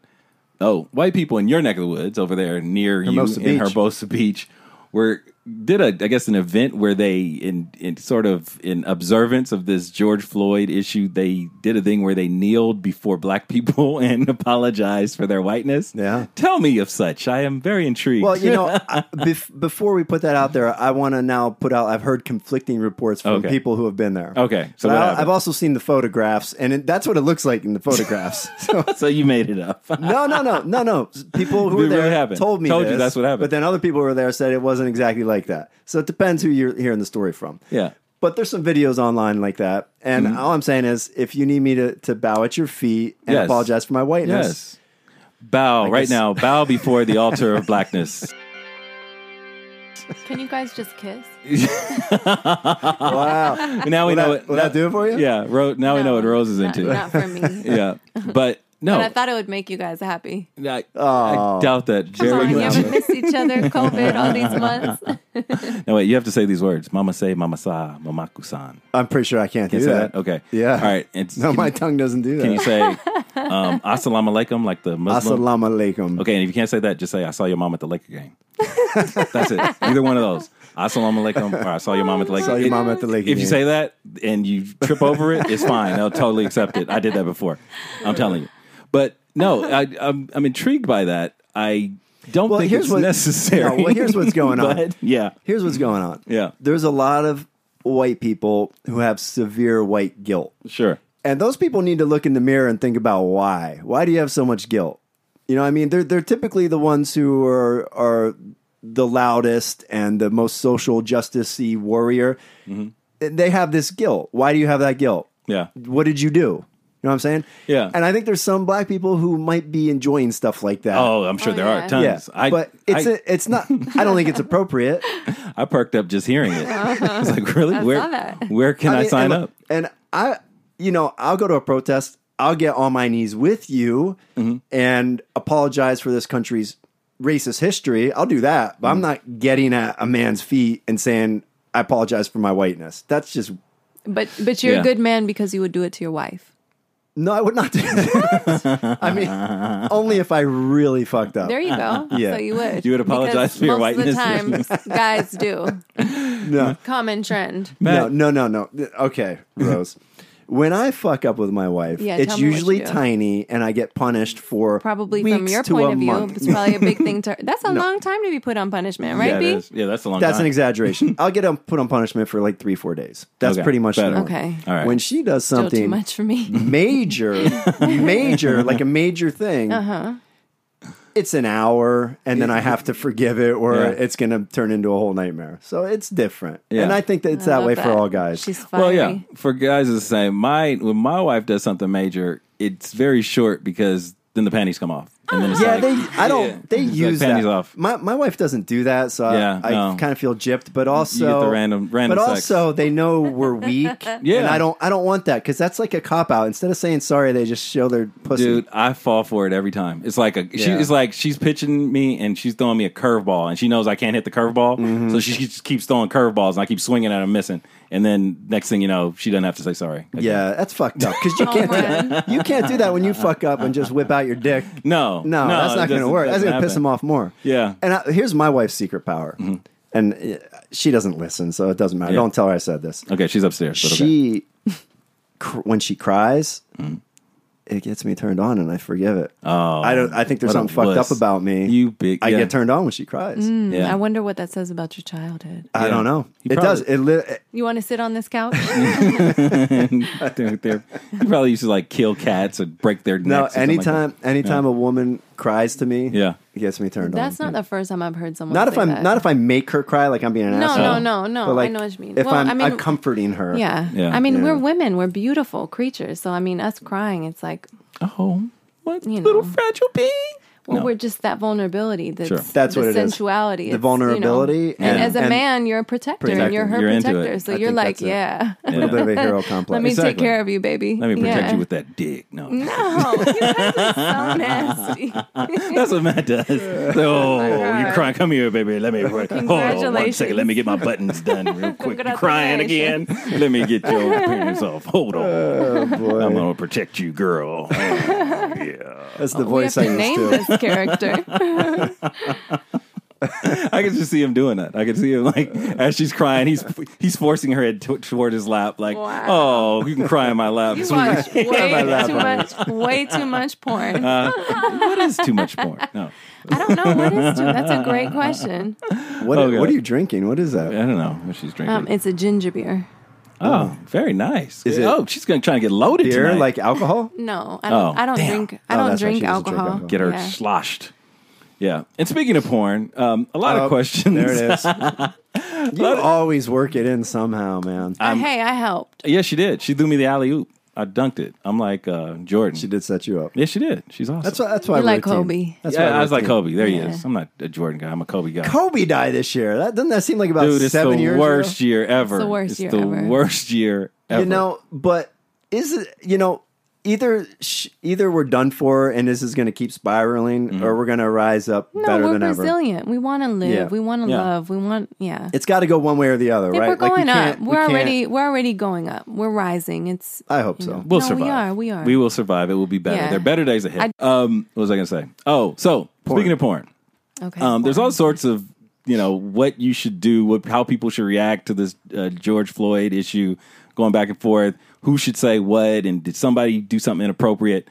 Speaker 1: oh, white people in your neck of the woods over there near
Speaker 2: Hermosa
Speaker 1: you in
Speaker 2: Beach.
Speaker 1: Herbosa Beach were did a I guess an event where they in in sort of in observance of this George Floyd issue they did a thing where they kneeled before black people and apologized for their whiteness.
Speaker 2: Yeah.
Speaker 1: Tell me of such. I am very intrigued.
Speaker 2: Well, you know, I- bef- before we put that out there, I want to now put out. I've heard conflicting reports from
Speaker 1: Okay.
Speaker 2: people who have been there.
Speaker 1: Okay, so
Speaker 2: But
Speaker 1: what
Speaker 2: I,
Speaker 1: happened?
Speaker 2: I've also seen the photographs, and it, that's what it looks like in the photographs. so,
Speaker 1: so you made it up.
Speaker 2: no, no, no, no, no. People who
Speaker 1: It
Speaker 2: were there
Speaker 1: really happened.
Speaker 2: told me
Speaker 1: Told you
Speaker 2: this,
Speaker 1: that's what happened.
Speaker 2: But then other people who were there said it wasn't exactly like that. So it depends who you're hearing the story from.
Speaker 1: Yeah. Mm-hmm.
Speaker 2: But there's some videos online like that, and all I'm saying is, if you need me to, to bow at your feet and
Speaker 1: Yes.
Speaker 2: apologize for my whiteness,
Speaker 1: Yes. Bow right
Speaker 2: guess-
Speaker 1: now. Bow before the altar of blackness.
Speaker 3: Can you guys just kiss?
Speaker 2: wow,
Speaker 1: now we know
Speaker 2: Will that-
Speaker 1: it.
Speaker 2: will that do it for you?
Speaker 1: Yeah. Ro- now we Oh, know what Rose is
Speaker 3: not-
Speaker 1: into.
Speaker 3: Not for me.
Speaker 1: yeah. But no,
Speaker 3: But I thought it would make you guys happy.
Speaker 1: I, I
Speaker 2: Aw.
Speaker 1: doubt that
Speaker 3: Come
Speaker 1: very
Speaker 3: on, you
Speaker 1: much.
Speaker 3: haven't missed each other, COVID, all these months.
Speaker 1: No, wait. You have to say these words. Mama say, Mama sa, Mamaku-san.
Speaker 2: I'm pretty sure I can't
Speaker 1: Can
Speaker 2: do
Speaker 1: you say
Speaker 2: that.
Speaker 1: that? Okay.
Speaker 2: Yeah.
Speaker 1: All right. It's,
Speaker 2: No,
Speaker 1: can,
Speaker 2: my tongue doesn't do that.
Speaker 1: can you say um, "Assalamu alaikum" like the Muslim?
Speaker 2: Assalamu alaikum.
Speaker 1: Okay, and if you can't say that, just say "I saw your mom at the Laker game." That's it. Either one of those. Assalamu alaikum, or "I saw your mom at the Laker."
Speaker 2: Saw your
Speaker 1: It-
Speaker 2: mom at the lake.
Speaker 1: If you
Speaker 2: again.
Speaker 1: say that and you trip over it, it's fine. They'll totally accept it. I did that before. I'm telling you. But no, I, I'm I'm intrigued by that. I don't
Speaker 2: Well,
Speaker 1: think
Speaker 2: here's
Speaker 1: it's
Speaker 2: what-
Speaker 1: necessary.
Speaker 2: No, well, here's what's going on.
Speaker 1: But, yeah,
Speaker 2: here's what's going on.
Speaker 1: Yeah.
Speaker 2: There's a lot of white people who have severe white guilt.
Speaker 1: sure.
Speaker 2: And those people need to look in the mirror and think about why. Why do you have so much guilt? You know, what I mean, they're they're typically the ones who are are the loudest and the most social justicey warrior.
Speaker 1: Mm-hmm.
Speaker 2: They have this guilt. Why do you have that guilt?
Speaker 1: Yeah,
Speaker 2: what did you do? You know what I'm saying?
Speaker 1: Yeah.
Speaker 2: And I think there's some black people who might be enjoying stuff like that.
Speaker 1: Oh, I'm sure
Speaker 3: Oh,
Speaker 1: there
Speaker 3: yeah.
Speaker 1: are tons.
Speaker 2: yeah.
Speaker 1: I,
Speaker 2: but it's
Speaker 1: I,
Speaker 2: a, it's not. I don't think it's appropriate.
Speaker 1: I perked up just hearing it. I was like, really? where
Speaker 3: saw that.
Speaker 1: where can I,
Speaker 2: mean,
Speaker 1: sign
Speaker 2: and,
Speaker 1: up?
Speaker 2: And I, you know, I'll go to a protest. I'll get on my knees with you
Speaker 1: Mm-hmm.
Speaker 2: and apologize for this country's racist history. I'll do that,
Speaker 1: Mm-hmm.
Speaker 2: but I'm not getting at a man's feet and saying I apologize for my whiteness. That's just
Speaker 3: But but you're
Speaker 1: Yeah.
Speaker 3: a good man because you would do it to your wife.
Speaker 2: no. I would not do that. I mean, only if I really fucked up.
Speaker 3: There you go.
Speaker 2: Oh. Yeah.
Speaker 3: So you would.
Speaker 1: You would apologize
Speaker 3: Because
Speaker 1: for your
Speaker 3: most
Speaker 1: whiteness.
Speaker 3: Of the time, guys do.
Speaker 2: no.
Speaker 3: Common trend.
Speaker 1: Matt.
Speaker 2: No, no, no, no. Okay, Rose. when I fuck up with my wife,
Speaker 3: Yeah,
Speaker 2: it's
Speaker 3: tell me what you
Speaker 2: usually
Speaker 3: do.
Speaker 2: tiny, and I get punished for
Speaker 3: Probably
Speaker 2: weeks
Speaker 3: from your
Speaker 2: to a
Speaker 3: point of view,
Speaker 2: month.
Speaker 3: it's probably a big thing to. That's a long time to be put on punishment, right?
Speaker 1: yeah, it
Speaker 3: B?
Speaker 1: is. yeah, that's a long.
Speaker 2: That's
Speaker 1: time.
Speaker 2: an exaggeration. I'll get um, put on punishment for like three, four days. That's
Speaker 1: Okay,
Speaker 2: pretty much
Speaker 1: better.
Speaker 2: the norm.
Speaker 3: Okay.
Speaker 1: All right.
Speaker 2: When she does
Speaker 3: Still
Speaker 2: something
Speaker 3: too much for me.
Speaker 2: major, major, like a major thing.
Speaker 3: Uh-huh.
Speaker 2: It's an hour, and then I have to forgive it, or
Speaker 1: Yeah.
Speaker 2: it's going to turn into a whole nightmare. So it's different,
Speaker 1: Yeah.
Speaker 2: and I think that it's
Speaker 3: I
Speaker 2: that
Speaker 3: love
Speaker 2: way for all guys.
Speaker 3: She's fiery.
Speaker 1: Well, yeah, for guys it's the same. My when my wife does something major, it's very short because then the panties come off, and then it's
Speaker 2: Yeah,
Speaker 1: like,
Speaker 2: they. I don't.
Speaker 1: Yeah.
Speaker 2: They
Speaker 1: It's like
Speaker 2: use
Speaker 1: panties
Speaker 2: that.
Speaker 1: off.
Speaker 2: My my wife doesn't do that, so
Speaker 1: Yeah,
Speaker 2: I,
Speaker 1: no.
Speaker 2: I kind of feel gypped. But also,
Speaker 1: the random- random
Speaker 2: But
Speaker 1: sex.
Speaker 2: also, they know we're weak.
Speaker 1: Yeah.
Speaker 2: and I don't. I don't want that because that's like a cop out. Instead of saying sorry, they just show their pussy.
Speaker 1: Dude, I fall for it every time. It's like a she,
Speaker 2: Yeah.
Speaker 1: it's like she's pitching me and she's throwing me a curveball and she knows I can't hit the curveball,
Speaker 2: Mm-hmm.
Speaker 1: so she just keeps throwing curveballs and I keep swinging at her, missing, and then next thing you know, she doesn't have to say sorry. again.
Speaker 2: Yeah, that's fucked up because you
Speaker 3: Home
Speaker 2: can't. Do that. You can't do that when you fuck up and just whip out your dick.
Speaker 1: no,
Speaker 2: No, that's
Speaker 1: it
Speaker 2: not going to
Speaker 1: doesn't-
Speaker 2: work. That's
Speaker 1: doesn't
Speaker 2: going to piss
Speaker 1: happen.
Speaker 2: them off more.
Speaker 1: Yeah. Mm-hmm.
Speaker 2: And I, here's my wife's secret power, and uh, she doesn't listen, so it doesn't matter.
Speaker 1: Yeah.
Speaker 2: Don't tell her I said this.
Speaker 1: Okay, she's upstairs. But okay. Mm.
Speaker 2: she cr- when she cries it gets me turned on, and I forgive it.
Speaker 1: Oh,
Speaker 2: I don't. I think
Speaker 1: what
Speaker 2: there's
Speaker 1: a
Speaker 2: something fucked
Speaker 1: wuss.
Speaker 2: up about me.
Speaker 1: You big.
Speaker 2: I
Speaker 1: yeah.
Speaker 2: get turned on when she cries.
Speaker 1: Yeah.
Speaker 3: I wonder what that says about your childhood.
Speaker 2: I
Speaker 1: Yeah.
Speaker 2: don't know.
Speaker 1: He
Speaker 2: it
Speaker 1: probably-
Speaker 2: does. It li-
Speaker 3: You want to sit on this couch?
Speaker 1: I think they're- he probably used to like kill cats and break their necks.
Speaker 2: no.
Speaker 1: or something like that.
Speaker 2: Anytime, anytime a woman cries to me,
Speaker 1: Yeah.
Speaker 2: it gets me turned
Speaker 3: That's
Speaker 2: on.
Speaker 3: not the first time I've heard someone.
Speaker 2: Not if
Speaker 3: say
Speaker 2: I'm
Speaker 3: that.
Speaker 2: not if I make her cry like I'm being an
Speaker 3: No,
Speaker 2: asshole.
Speaker 3: no, no, no.
Speaker 2: But, like,
Speaker 3: I know what you mean.
Speaker 2: If
Speaker 3: well,
Speaker 2: I'm
Speaker 3: I mean,
Speaker 2: comforting her,
Speaker 3: yeah.
Speaker 1: Yeah.
Speaker 3: I mean,
Speaker 2: Yeah.
Speaker 3: we're women. We're beautiful creatures. So I mean, us crying, it's like,
Speaker 1: Oh, what
Speaker 3: You
Speaker 1: little
Speaker 3: know.
Speaker 1: fragile bee?
Speaker 3: well,
Speaker 1: No.
Speaker 3: we're just that vulnerability. That's
Speaker 1: Sure.
Speaker 2: That's
Speaker 3: the
Speaker 2: what it is. The
Speaker 3: sensuality. it's, you know,
Speaker 2: vulnerability
Speaker 3: and
Speaker 2: and-
Speaker 3: as a
Speaker 2: and-
Speaker 3: man, you're a protector, and you're her
Speaker 1: You're into
Speaker 3: protector.
Speaker 1: it.
Speaker 3: So
Speaker 2: I
Speaker 3: you're
Speaker 2: think
Speaker 3: like,
Speaker 2: that's it.
Speaker 3: yeah.
Speaker 2: a little bit of a hero complex.
Speaker 3: Let me take
Speaker 1: Exactly.
Speaker 3: care of you, baby.
Speaker 1: Let me protect
Speaker 3: Yeah.
Speaker 1: you with that dick. No,
Speaker 3: No, you guys are so nasty.
Speaker 1: that's what Matt does. Oh, you're
Speaker 3: God.
Speaker 1: crying. Come here, baby. Let me work. Hold on one
Speaker 3: Congratulations.
Speaker 1: second. Let me get my buttons done real quick. You're crying again. Let me get your penis off. Hold on. I'm
Speaker 2: Oh, boy,
Speaker 1: gonna protect you, girl. Oh, yeah.
Speaker 2: that's the
Speaker 3: we have
Speaker 2: voice I
Speaker 3: to
Speaker 2: used
Speaker 3: name
Speaker 2: to.
Speaker 3: this character.
Speaker 1: I can just see him doing that. I can see him like as she's crying, he's he's forcing her head t- toward his lap, like,
Speaker 3: Wow.
Speaker 1: "Oh, you can cry in my lap."
Speaker 3: You
Speaker 1: It's weird.
Speaker 3: watch way
Speaker 2: laugh
Speaker 3: too much, way too much porn.
Speaker 1: Uh, what is too much porn? No,
Speaker 3: I don't know what is too. That's a great question.
Speaker 2: What,
Speaker 1: Oh, God.
Speaker 2: what are you drinking? What is
Speaker 1: I
Speaker 2: that?
Speaker 1: don't know what she's drinking.
Speaker 3: Um, it's a ginger beer.
Speaker 1: oh, very nice.
Speaker 2: Is it-
Speaker 1: oh, she's gonna try and get loaded
Speaker 2: Beer,
Speaker 1: tonight.
Speaker 2: like alcohol?
Speaker 3: No, I don't.
Speaker 1: Oh,
Speaker 3: I don't
Speaker 1: damn.
Speaker 3: drink. I
Speaker 2: Oh,
Speaker 3: don't
Speaker 2: that's right.
Speaker 3: drink
Speaker 2: She doesn't drink
Speaker 3: alcohol.
Speaker 2: alcohol.
Speaker 1: get her
Speaker 3: Yeah.
Speaker 1: sloshed. Yeah. And speaking of porn, um, a lot
Speaker 2: Oh,
Speaker 1: of questions.
Speaker 2: There it is. you always work it in somehow, man.
Speaker 3: Uh, hey, I helped.
Speaker 1: Yeah, she did. She threw me the alley oop. I dunked it. I'm like uh, Jordan.
Speaker 2: she did set you up.
Speaker 1: Yeah, she did. She's awesome.
Speaker 2: That's why. That's why
Speaker 3: You
Speaker 2: we're a
Speaker 3: like
Speaker 2: team.
Speaker 3: Kobe.
Speaker 2: That's
Speaker 1: yeah,
Speaker 2: why
Speaker 1: I
Speaker 2: we're
Speaker 1: was
Speaker 2: a
Speaker 1: like
Speaker 2: team.
Speaker 1: Kobe. There
Speaker 3: Yeah.
Speaker 1: he is. I'm not a Jordan guy. I'm a Kobe guy.
Speaker 2: Kobe died this year. That doesn't that seem like about
Speaker 1: Dude, it's
Speaker 2: seven
Speaker 1: the
Speaker 2: years?
Speaker 1: worst
Speaker 2: ago?
Speaker 1: year ever.
Speaker 3: It's the worst year
Speaker 1: the
Speaker 3: ever.
Speaker 1: worst year ever.
Speaker 2: You know, but is it? You know, either sh- either we're done for, and this is going to keep spiraling, or we're going to rise up
Speaker 3: No,
Speaker 2: better
Speaker 3: we're
Speaker 2: than ever.
Speaker 3: resilient. We want to live.
Speaker 2: Yeah.
Speaker 3: We want to
Speaker 1: Yeah.
Speaker 3: love. We want. Yeah.
Speaker 2: It's got to go one way or the other,
Speaker 3: I think
Speaker 2: right?
Speaker 3: we're
Speaker 2: Like, we
Speaker 3: going up.
Speaker 2: can't- we
Speaker 3: We're
Speaker 2: can't-
Speaker 3: already. We're already going up. We're rising. It's.
Speaker 2: I hope so.
Speaker 1: We'll
Speaker 3: No, we
Speaker 1: survive.
Speaker 3: are, we are.
Speaker 1: We will survive. It will be better.
Speaker 3: Yeah.
Speaker 1: There are better days ahead. um, what was I going to say? Oh, so speaking of porn,
Speaker 3: Okay.
Speaker 1: um, there's all sorts of you know what you should do, what how people should react to this uh, George Floyd issue, going back and forth. Who should say what, and did somebody do something inappropriate?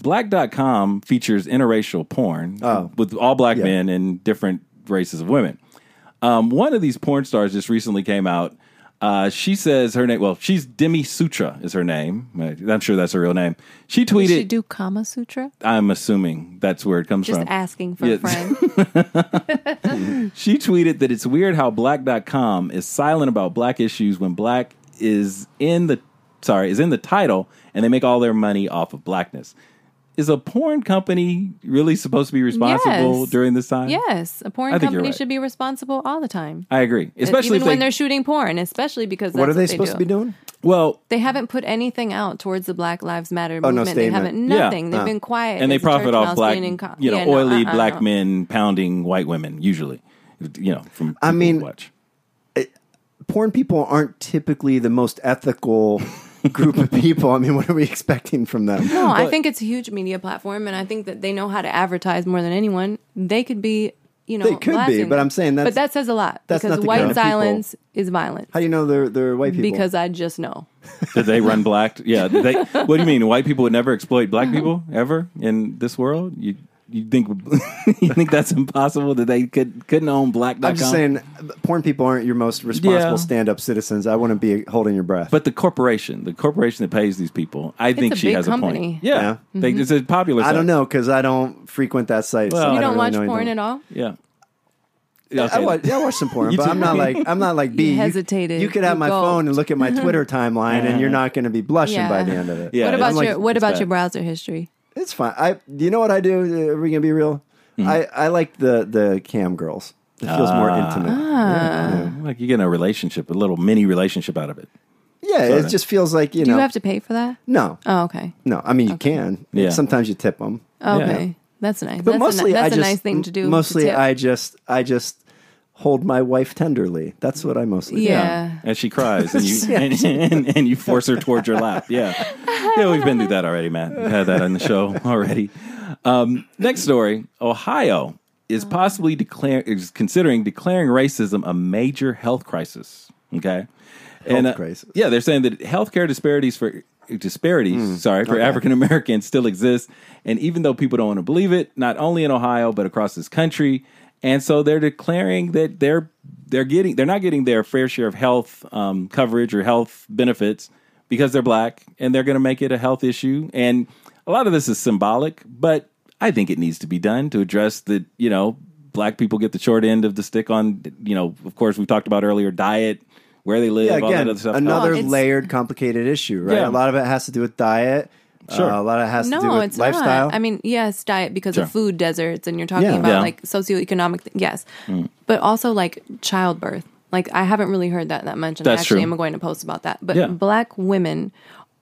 Speaker 1: Black.com features interracial porn
Speaker 2: Oh.
Speaker 1: with all black
Speaker 2: Yeah.
Speaker 1: men and different races of women. Um, one of these porn stars just recently came out. Uh, she says her name. Well, she's Demi Sutra is her name. I'm sure that's her real name. She tweeted.
Speaker 3: Did she do Kama Sutra?
Speaker 1: I'm assuming that's where it comes
Speaker 3: Just
Speaker 1: from.
Speaker 3: asking for
Speaker 1: Yeah.
Speaker 3: a friend.
Speaker 1: She tweeted that it's weird how black.com is silent about black issues when black is in the sorry, is in the title and they make all their money off of blackness. Is a porn company really supposed to be responsible
Speaker 3: Yes.
Speaker 1: during this time?
Speaker 3: Yes, a porn
Speaker 1: I think you're
Speaker 3: company
Speaker 1: right.
Speaker 3: should be responsible all the time,
Speaker 1: I agree. Especially
Speaker 3: Uh, even
Speaker 1: if
Speaker 3: when
Speaker 1: they,
Speaker 3: they're shooting porn. Especially because that's
Speaker 2: What are they
Speaker 3: do.
Speaker 2: supposed to be doing?
Speaker 1: well,
Speaker 3: They haven't put anything out towards the Black Lives Matter
Speaker 2: no,
Speaker 3: movement. they
Speaker 2: statement.
Speaker 3: haven't
Speaker 1: Yeah.
Speaker 3: nothing. They've
Speaker 2: Uh.
Speaker 3: been quiet,
Speaker 1: and they
Speaker 3: as a church
Speaker 1: profit off
Speaker 3: mouse
Speaker 1: black,
Speaker 3: being in co-
Speaker 1: you know,
Speaker 3: Yeah, no,
Speaker 1: oily
Speaker 3: uh-uh,
Speaker 1: black
Speaker 3: no.
Speaker 1: men pounding white women usually, you know, from
Speaker 2: I
Speaker 1: people who
Speaker 2: mean,
Speaker 1: watch.
Speaker 2: porn people aren't typically the most ethical group of people. I mean, what are we expecting from them?
Speaker 3: No, I think it's a huge media platform, and I think that they know how to advertise more than anyone. They could be, you know,
Speaker 2: They could be,
Speaker 3: blasting
Speaker 2: but
Speaker 3: them.
Speaker 2: I'm saying that's-
Speaker 3: but that says a lot
Speaker 2: that's
Speaker 3: because
Speaker 2: not the
Speaker 3: white
Speaker 2: kind of people-
Speaker 3: silence is violence.
Speaker 2: How do you know they're they're white people?
Speaker 3: Because I just know.
Speaker 1: Did they run black? Yeah. did They, what do you mean? White people would never exploit black people ever in this world? You you think you think that's impossible that they could couldn't own black?
Speaker 2: I'm just saying, porn people aren't your most responsible
Speaker 1: Yeah.
Speaker 2: stand-up citizens. I wouldn't be holding your breath.
Speaker 1: But the corporation, the corporation that pays these people, I think
Speaker 3: a
Speaker 1: she
Speaker 3: big
Speaker 1: has a
Speaker 3: company. Mm-hmm.
Speaker 1: point. Yeah, They, it's a popular.
Speaker 2: I
Speaker 1: site.
Speaker 2: don't know because I don't frequent that site. so
Speaker 1: Well-
Speaker 2: Oh, I
Speaker 1: You
Speaker 3: You don't,
Speaker 2: really
Speaker 3: watch
Speaker 2: know anything.
Speaker 3: porn at all.
Speaker 1: Yeah.
Speaker 2: I
Speaker 1: Okay.
Speaker 2: watch, yeah, I watch some porn,
Speaker 1: You
Speaker 2: but
Speaker 1: too.
Speaker 2: I'm not like I'm not like B.
Speaker 3: hesitated.
Speaker 2: You, could have
Speaker 3: You
Speaker 2: my
Speaker 3: gulped.
Speaker 2: phone and look at my Twitter timeline, and you're not going to be blushing
Speaker 3: Yeah.
Speaker 2: by the end of it.
Speaker 1: Yeah,
Speaker 3: what
Speaker 1: it's-
Speaker 3: about
Speaker 2: I'm
Speaker 3: your
Speaker 2: like,
Speaker 3: What
Speaker 1: it's
Speaker 3: about
Speaker 1: bad.
Speaker 3: your browser history?
Speaker 2: It's fine. I. You know what I do? Are we gonna be real?
Speaker 1: Mm-hmm.
Speaker 2: I I like the the cam girls. It feels more
Speaker 1: Ah.
Speaker 2: intimate.
Speaker 3: Ah.
Speaker 1: Like you get in a relationship, a little mini relationship out of it.
Speaker 2: yeah, it
Speaker 1: sorta.
Speaker 2: just feels like you
Speaker 3: Do
Speaker 2: know.
Speaker 3: you have to pay for that?
Speaker 2: no,
Speaker 3: Oh, okay.
Speaker 2: no. I mean, you can.
Speaker 1: Yeah.
Speaker 2: Sometimes you tip them,
Speaker 3: Okay, that's nice.
Speaker 2: but
Speaker 3: that's
Speaker 2: mostly
Speaker 3: a, ni-
Speaker 2: I
Speaker 3: that's
Speaker 2: just
Speaker 3: a nice thing to do. to
Speaker 2: Mostly
Speaker 3: tip.
Speaker 2: I just I just hold my wife tenderly. That's what I mostly do.
Speaker 3: yeah.
Speaker 1: And she cries, and you and, and, and you force her towards your lap. Yeah, yeah, we've been through that already, Matt. We've had that on the show already. Um, next story: Ohio is possibly declaring is considering declaring racism a major health crisis. Okay,
Speaker 2: Health crisis.
Speaker 1: uh, yeah, they're saying that healthcare disparities for disparities,
Speaker 2: Hmm.
Speaker 1: sorry, for African Americans still exist. And even though people don't want to believe it, not only in Ohio, but across this country. And so they're declaring that they're they're getting they're not getting their fair share of health um, coverage or health benefits because they're black and they're going to make it a health issue. And a lot of this is symbolic, but I think it needs to be done to address the, you know, black people get the short end of the stick on, you know, of course, we talked about earlier diet, where they live,
Speaker 2: yeah,
Speaker 1: all that
Speaker 2: again,
Speaker 1: other stuff.
Speaker 2: another
Speaker 3: Oh, it's-
Speaker 2: layered, complicated issue, right?
Speaker 1: Yeah.
Speaker 2: A lot of it has to do with diet.
Speaker 1: Sure.
Speaker 2: Uh, a lot of it has to do
Speaker 3: No,
Speaker 2: with
Speaker 3: it's
Speaker 2: lifestyle.
Speaker 3: not. I mean, yes, diet because
Speaker 1: Sure.
Speaker 3: of food deserts, and you're talking
Speaker 2: Yeah. Mm.
Speaker 3: about
Speaker 1: Yeah.
Speaker 3: like socioeconomic. Th- yes, but also like childbirth. Like I haven't really heard that that much, and
Speaker 1: That's
Speaker 3: I actually
Speaker 1: true.
Speaker 3: am going to post about that. But
Speaker 1: Yeah.
Speaker 3: black women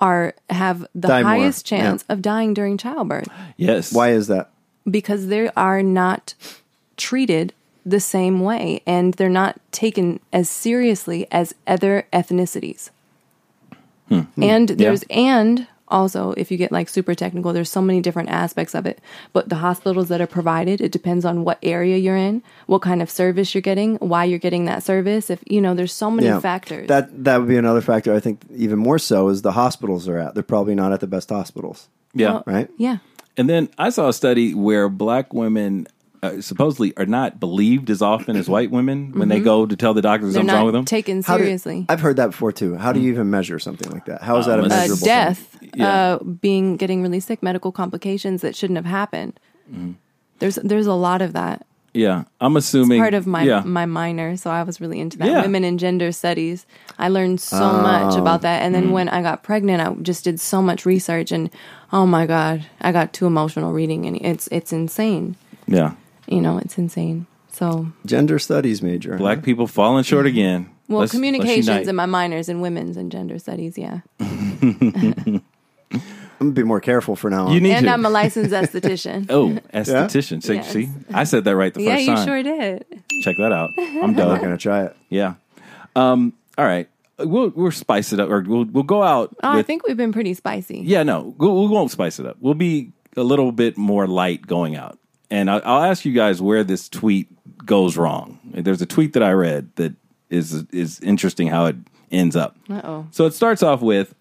Speaker 3: are have the
Speaker 2: Die more.
Speaker 3: highest chance
Speaker 2: Yeah.
Speaker 3: of dying during childbirth
Speaker 1: yes.
Speaker 2: Why is that?
Speaker 3: because they are not treated the same way and they're not taken as seriously as other ethnicities.
Speaker 2: Hmm.
Speaker 3: And there's and also if you get like super technical there's so many different aspects of it but the hospitals that are provided it depends on what area you're in what kind of service you're getting why you're getting that service if you know there's so many factors
Speaker 2: That that would be another factor. I think even more so is the hospitals are at. They're probably not at the best hospitals,
Speaker 1: Yeah.
Speaker 3: Well,
Speaker 2: right?
Speaker 3: yeah
Speaker 1: And then I saw a study where black women uh, supposedly are not believed as often as white women when they go to tell the doctor
Speaker 3: Mm-hmm. they're
Speaker 1: something's wrong with them.
Speaker 3: not taken
Speaker 2: How do-
Speaker 3: seriously
Speaker 2: I've heard that before too. How do you even measure something like that? How is that a
Speaker 1: Um, Hmm. uh,
Speaker 3: uh,
Speaker 2: measurable? thing?
Speaker 3: death,
Speaker 1: Yeah.
Speaker 3: uh, being getting really sick, medical complications that shouldn't have happened.
Speaker 1: Mm-hmm.
Speaker 3: There's there's a lot of that.
Speaker 1: yeah. I'm assuming
Speaker 3: Part of my
Speaker 1: yeah.
Speaker 3: my minor, so I was really into that.
Speaker 1: Yeah. Oh.
Speaker 3: Women and gender studies. I learned so much about that, and then
Speaker 1: Mm.
Speaker 3: when I got pregnant, I just did so much research, and oh my god, I got too emotional reading, and it's it's insane.
Speaker 1: yeah.
Speaker 3: You know, it's insane. So
Speaker 2: Gender studies major.
Speaker 1: Black people falling short again.
Speaker 3: Uh-huh. Mm-hmm. well,
Speaker 1: Let's- let's
Speaker 3: communications
Speaker 1: unite.
Speaker 3: in my minors and women's and gender studies, yeah.
Speaker 2: I'm gonna be more careful for now. On.
Speaker 1: You need
Speaker 3: And
Speaker 1: to.
Speaker 3: I'm a licensed esthetician.
Speaker 1: oh, esthetician. So,
Speaker 3: Yes.
Speaker 1: See, I said that right the
Speaker 3: yeah,
Speaker 1: first
Speaker 3: you
Speaker 1: time.
Speaker 3: sure did.
Speaker 1: Check that out. I'm
Speaker 2: I'm not
Speaker 1: done.
Speaker 2: gonna try it.
Speaker 1: yeah. Um, all right. We'll we'll spice it up, or we'll we'll go out.
Speaker 3: Oh, I
Speaker 1: with-
Speaker 3: think we've been pretty spicy.
Speaker 1: Yeah, no, we we won't spice it up. We'll be a little bit more light going out. And I, I'll ask you guys where this tweet goes wrong. There's a tweet that I read that is is interesting how it ends up.
Speaker 3: Uh-oh.
Speaker 1: So it starts off with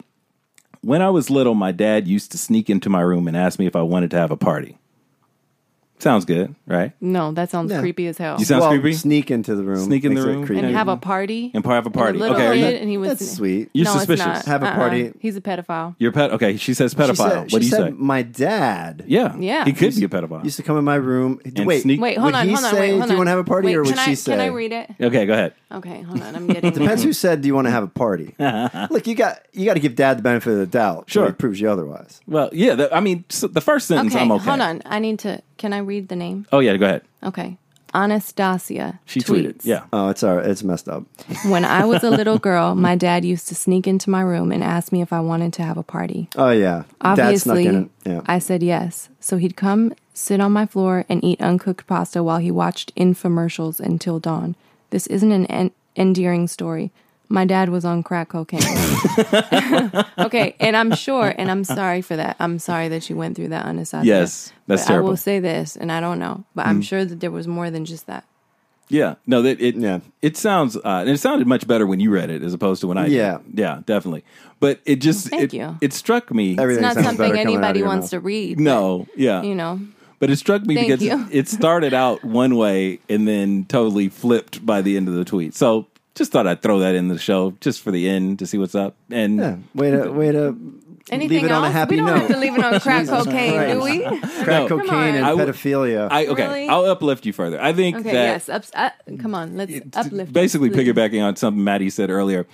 Speaker 1: when I was little, my dad used to sneak into my room and ask me if I wanted to have a party. Sounds good, right?
Speaker 3: No, that sounds
Speaker 2: Yeah.
Speaker 3: creepy as hell.
Speaker 1: You sounds
Speaker 2: well,
Speaker 1: creepy?
Speaker 2: sneak into the room.
Speaker 1: Sneak in
Speaker 2: makes
Speaker 1: the
Speaker 2: it
Speaker 1: room?
Speaker 2: creepy.
Speaker 3: and have a party.
Speaker 1: And have a party.
Speaker 3: little
Speaker 1: Okay, are you-
Speaker 3: kid, and he was
Speaker 2: That's sweet.
Speaker 1: You're
Speaker 3: no, it's
Speaker 1: suspicious.
Speaker 3: not.
Speaker 2: Have a
Speaker 3: Uh-uh.
Speaker 2: party.
Speaker 3: He's a pedophile.
Speaker 1: You're ped. Okay, she says pedophile.
Speaker 2: She said-
Speaker 1: what
Speaker 2: she
Speaker 1: do you
Speaker 2: said,
Speaker 1: say?
Speaker 2: My dad.
Speaker 1: Yeah,
Speaker 3: Yeah.
Speaker 1: He could be a pedophile.
Speaker 2: Used to come in my room.
Speaker 1: And
Speaker 2: wait,
Speaker 1: sneak-
Speaker 3: Wait, hold
Speaker 2: would
Speaker 3: on,
Speaker 2: he
Speaker 3: hold on,
Speaker 2: say,
Speaker 3: wait, hold on.
Speaker 2: "Do you want to have a party?"
Speaker 3: Wait,
Speaker 2: or would
Speaker 3: can
Speaker 2: she
Speaker 3: I,
Speaker 2: say?
Speaker 3: Can I read Mm-hmm. it?
Speaker 1: okay, go ahead.
Speaker 3: Okay, hold on. I'm getting
Speaker 2: Depends who said, "Do you want to have a party?" Look, you got you got to give Dad the benefit of the doubt. till
Speaker 1: Uh-huh. Sure.
Speaker 2: he proves you otherwise.
Speaker 1: Well, yeah. The, I mean, so the first sentence.
Speaker 3: Okay,
Speaker 1: I'm okay.
Speaker 3: hold on. I need to. Can I read the name?
Speaker 1: Oh yeah, go ahead.
Speaker 3: Okay. Anastasia.
Speaker 1: She
Speaker 3: tweets,
Speaker 1: tweeted. Yeah.
Speaker 2: Oh, it's all right. It's messed up.
Speaker 3: When I was a little girl, my dad used to sneak into my room and ask me if I wanted to have a party.
Speaker 2: Oh yeah, Dad snuck
Speaker 3: Obviously,
Speaker 2: in. it. Yeah.
Speaker 3: I said yes. So he'd come sit on my floor and eat uncooked pasta while he watched infomercials until dawn. This isn't an en- endearing story. My dad was on crack cocaine. okay, and I'm sure, and I'm sorry for that. I'm sorry that you went through that, Anastasia.
Speaker 1: Yes, that's
Speaker 3: but I
Speaker 1: terrible. Mm.
Speaker 3: will say this, and I don't know, but I'm sure that there was more than just that.
Speaker 1: Yeah. No, that it
Speaker 2: Yeah.
Speaker 1: it sounds uh and it sounded much better when you read it as opposed to when I did.
Speaker 2: Yeah.
Speaker 1: Yeah, definitely. But it just
Speaker 3: Thank
Speaker 1: it,
Speaker 3: you.
Speaker 1: it struck me
Speaker 2: Everything
Speaker 3: It's not
Speaker 2: sounds better
Speaker 3: something
Speaker 2: coming out of
Speaker 3: anybody
Speaker 2: your
Speaker 3: wants
Speaker 2: mouth.
Speaker 3: to read.
Speaker 1: No, yeah.
Speaker 3: you know,
Speaker 1: But it struck me
Speaker 3: Thank
Speaker 1: because
Speaker 3: you.
Speaker 1: it started out one way and then totally flipped by the end of the tweet. So just thought I'd throw that in the show just for the end to see what's up. And
Speaker 2: Yeah. Way to way to
Speaker 3: anything
Speaker 2: leave it
Speaker 3: else?
Speaker 2: on a happy
Speaker 3: we don't
Speaker 2: note.
Speaker 3: have to leave it on crack cocaine, do we?
Speaker 2: Crack
Speaker 1: No.
Speaker 3: Come on.
Speaker 2: cocaine and
Speaker 1: I w-
Speaker 2: pedophilia.
Speaker 1: I okay,
Speaker 3: Really?
Speaker 1: I'll uplift you further. I think that
Speaker 3: Okay, yes. Ups, uh, come on, let's uplift.
Speaker 1: basically
Speaker 3: please.
Speaker 1: piggybacking on something Maddie said earlier.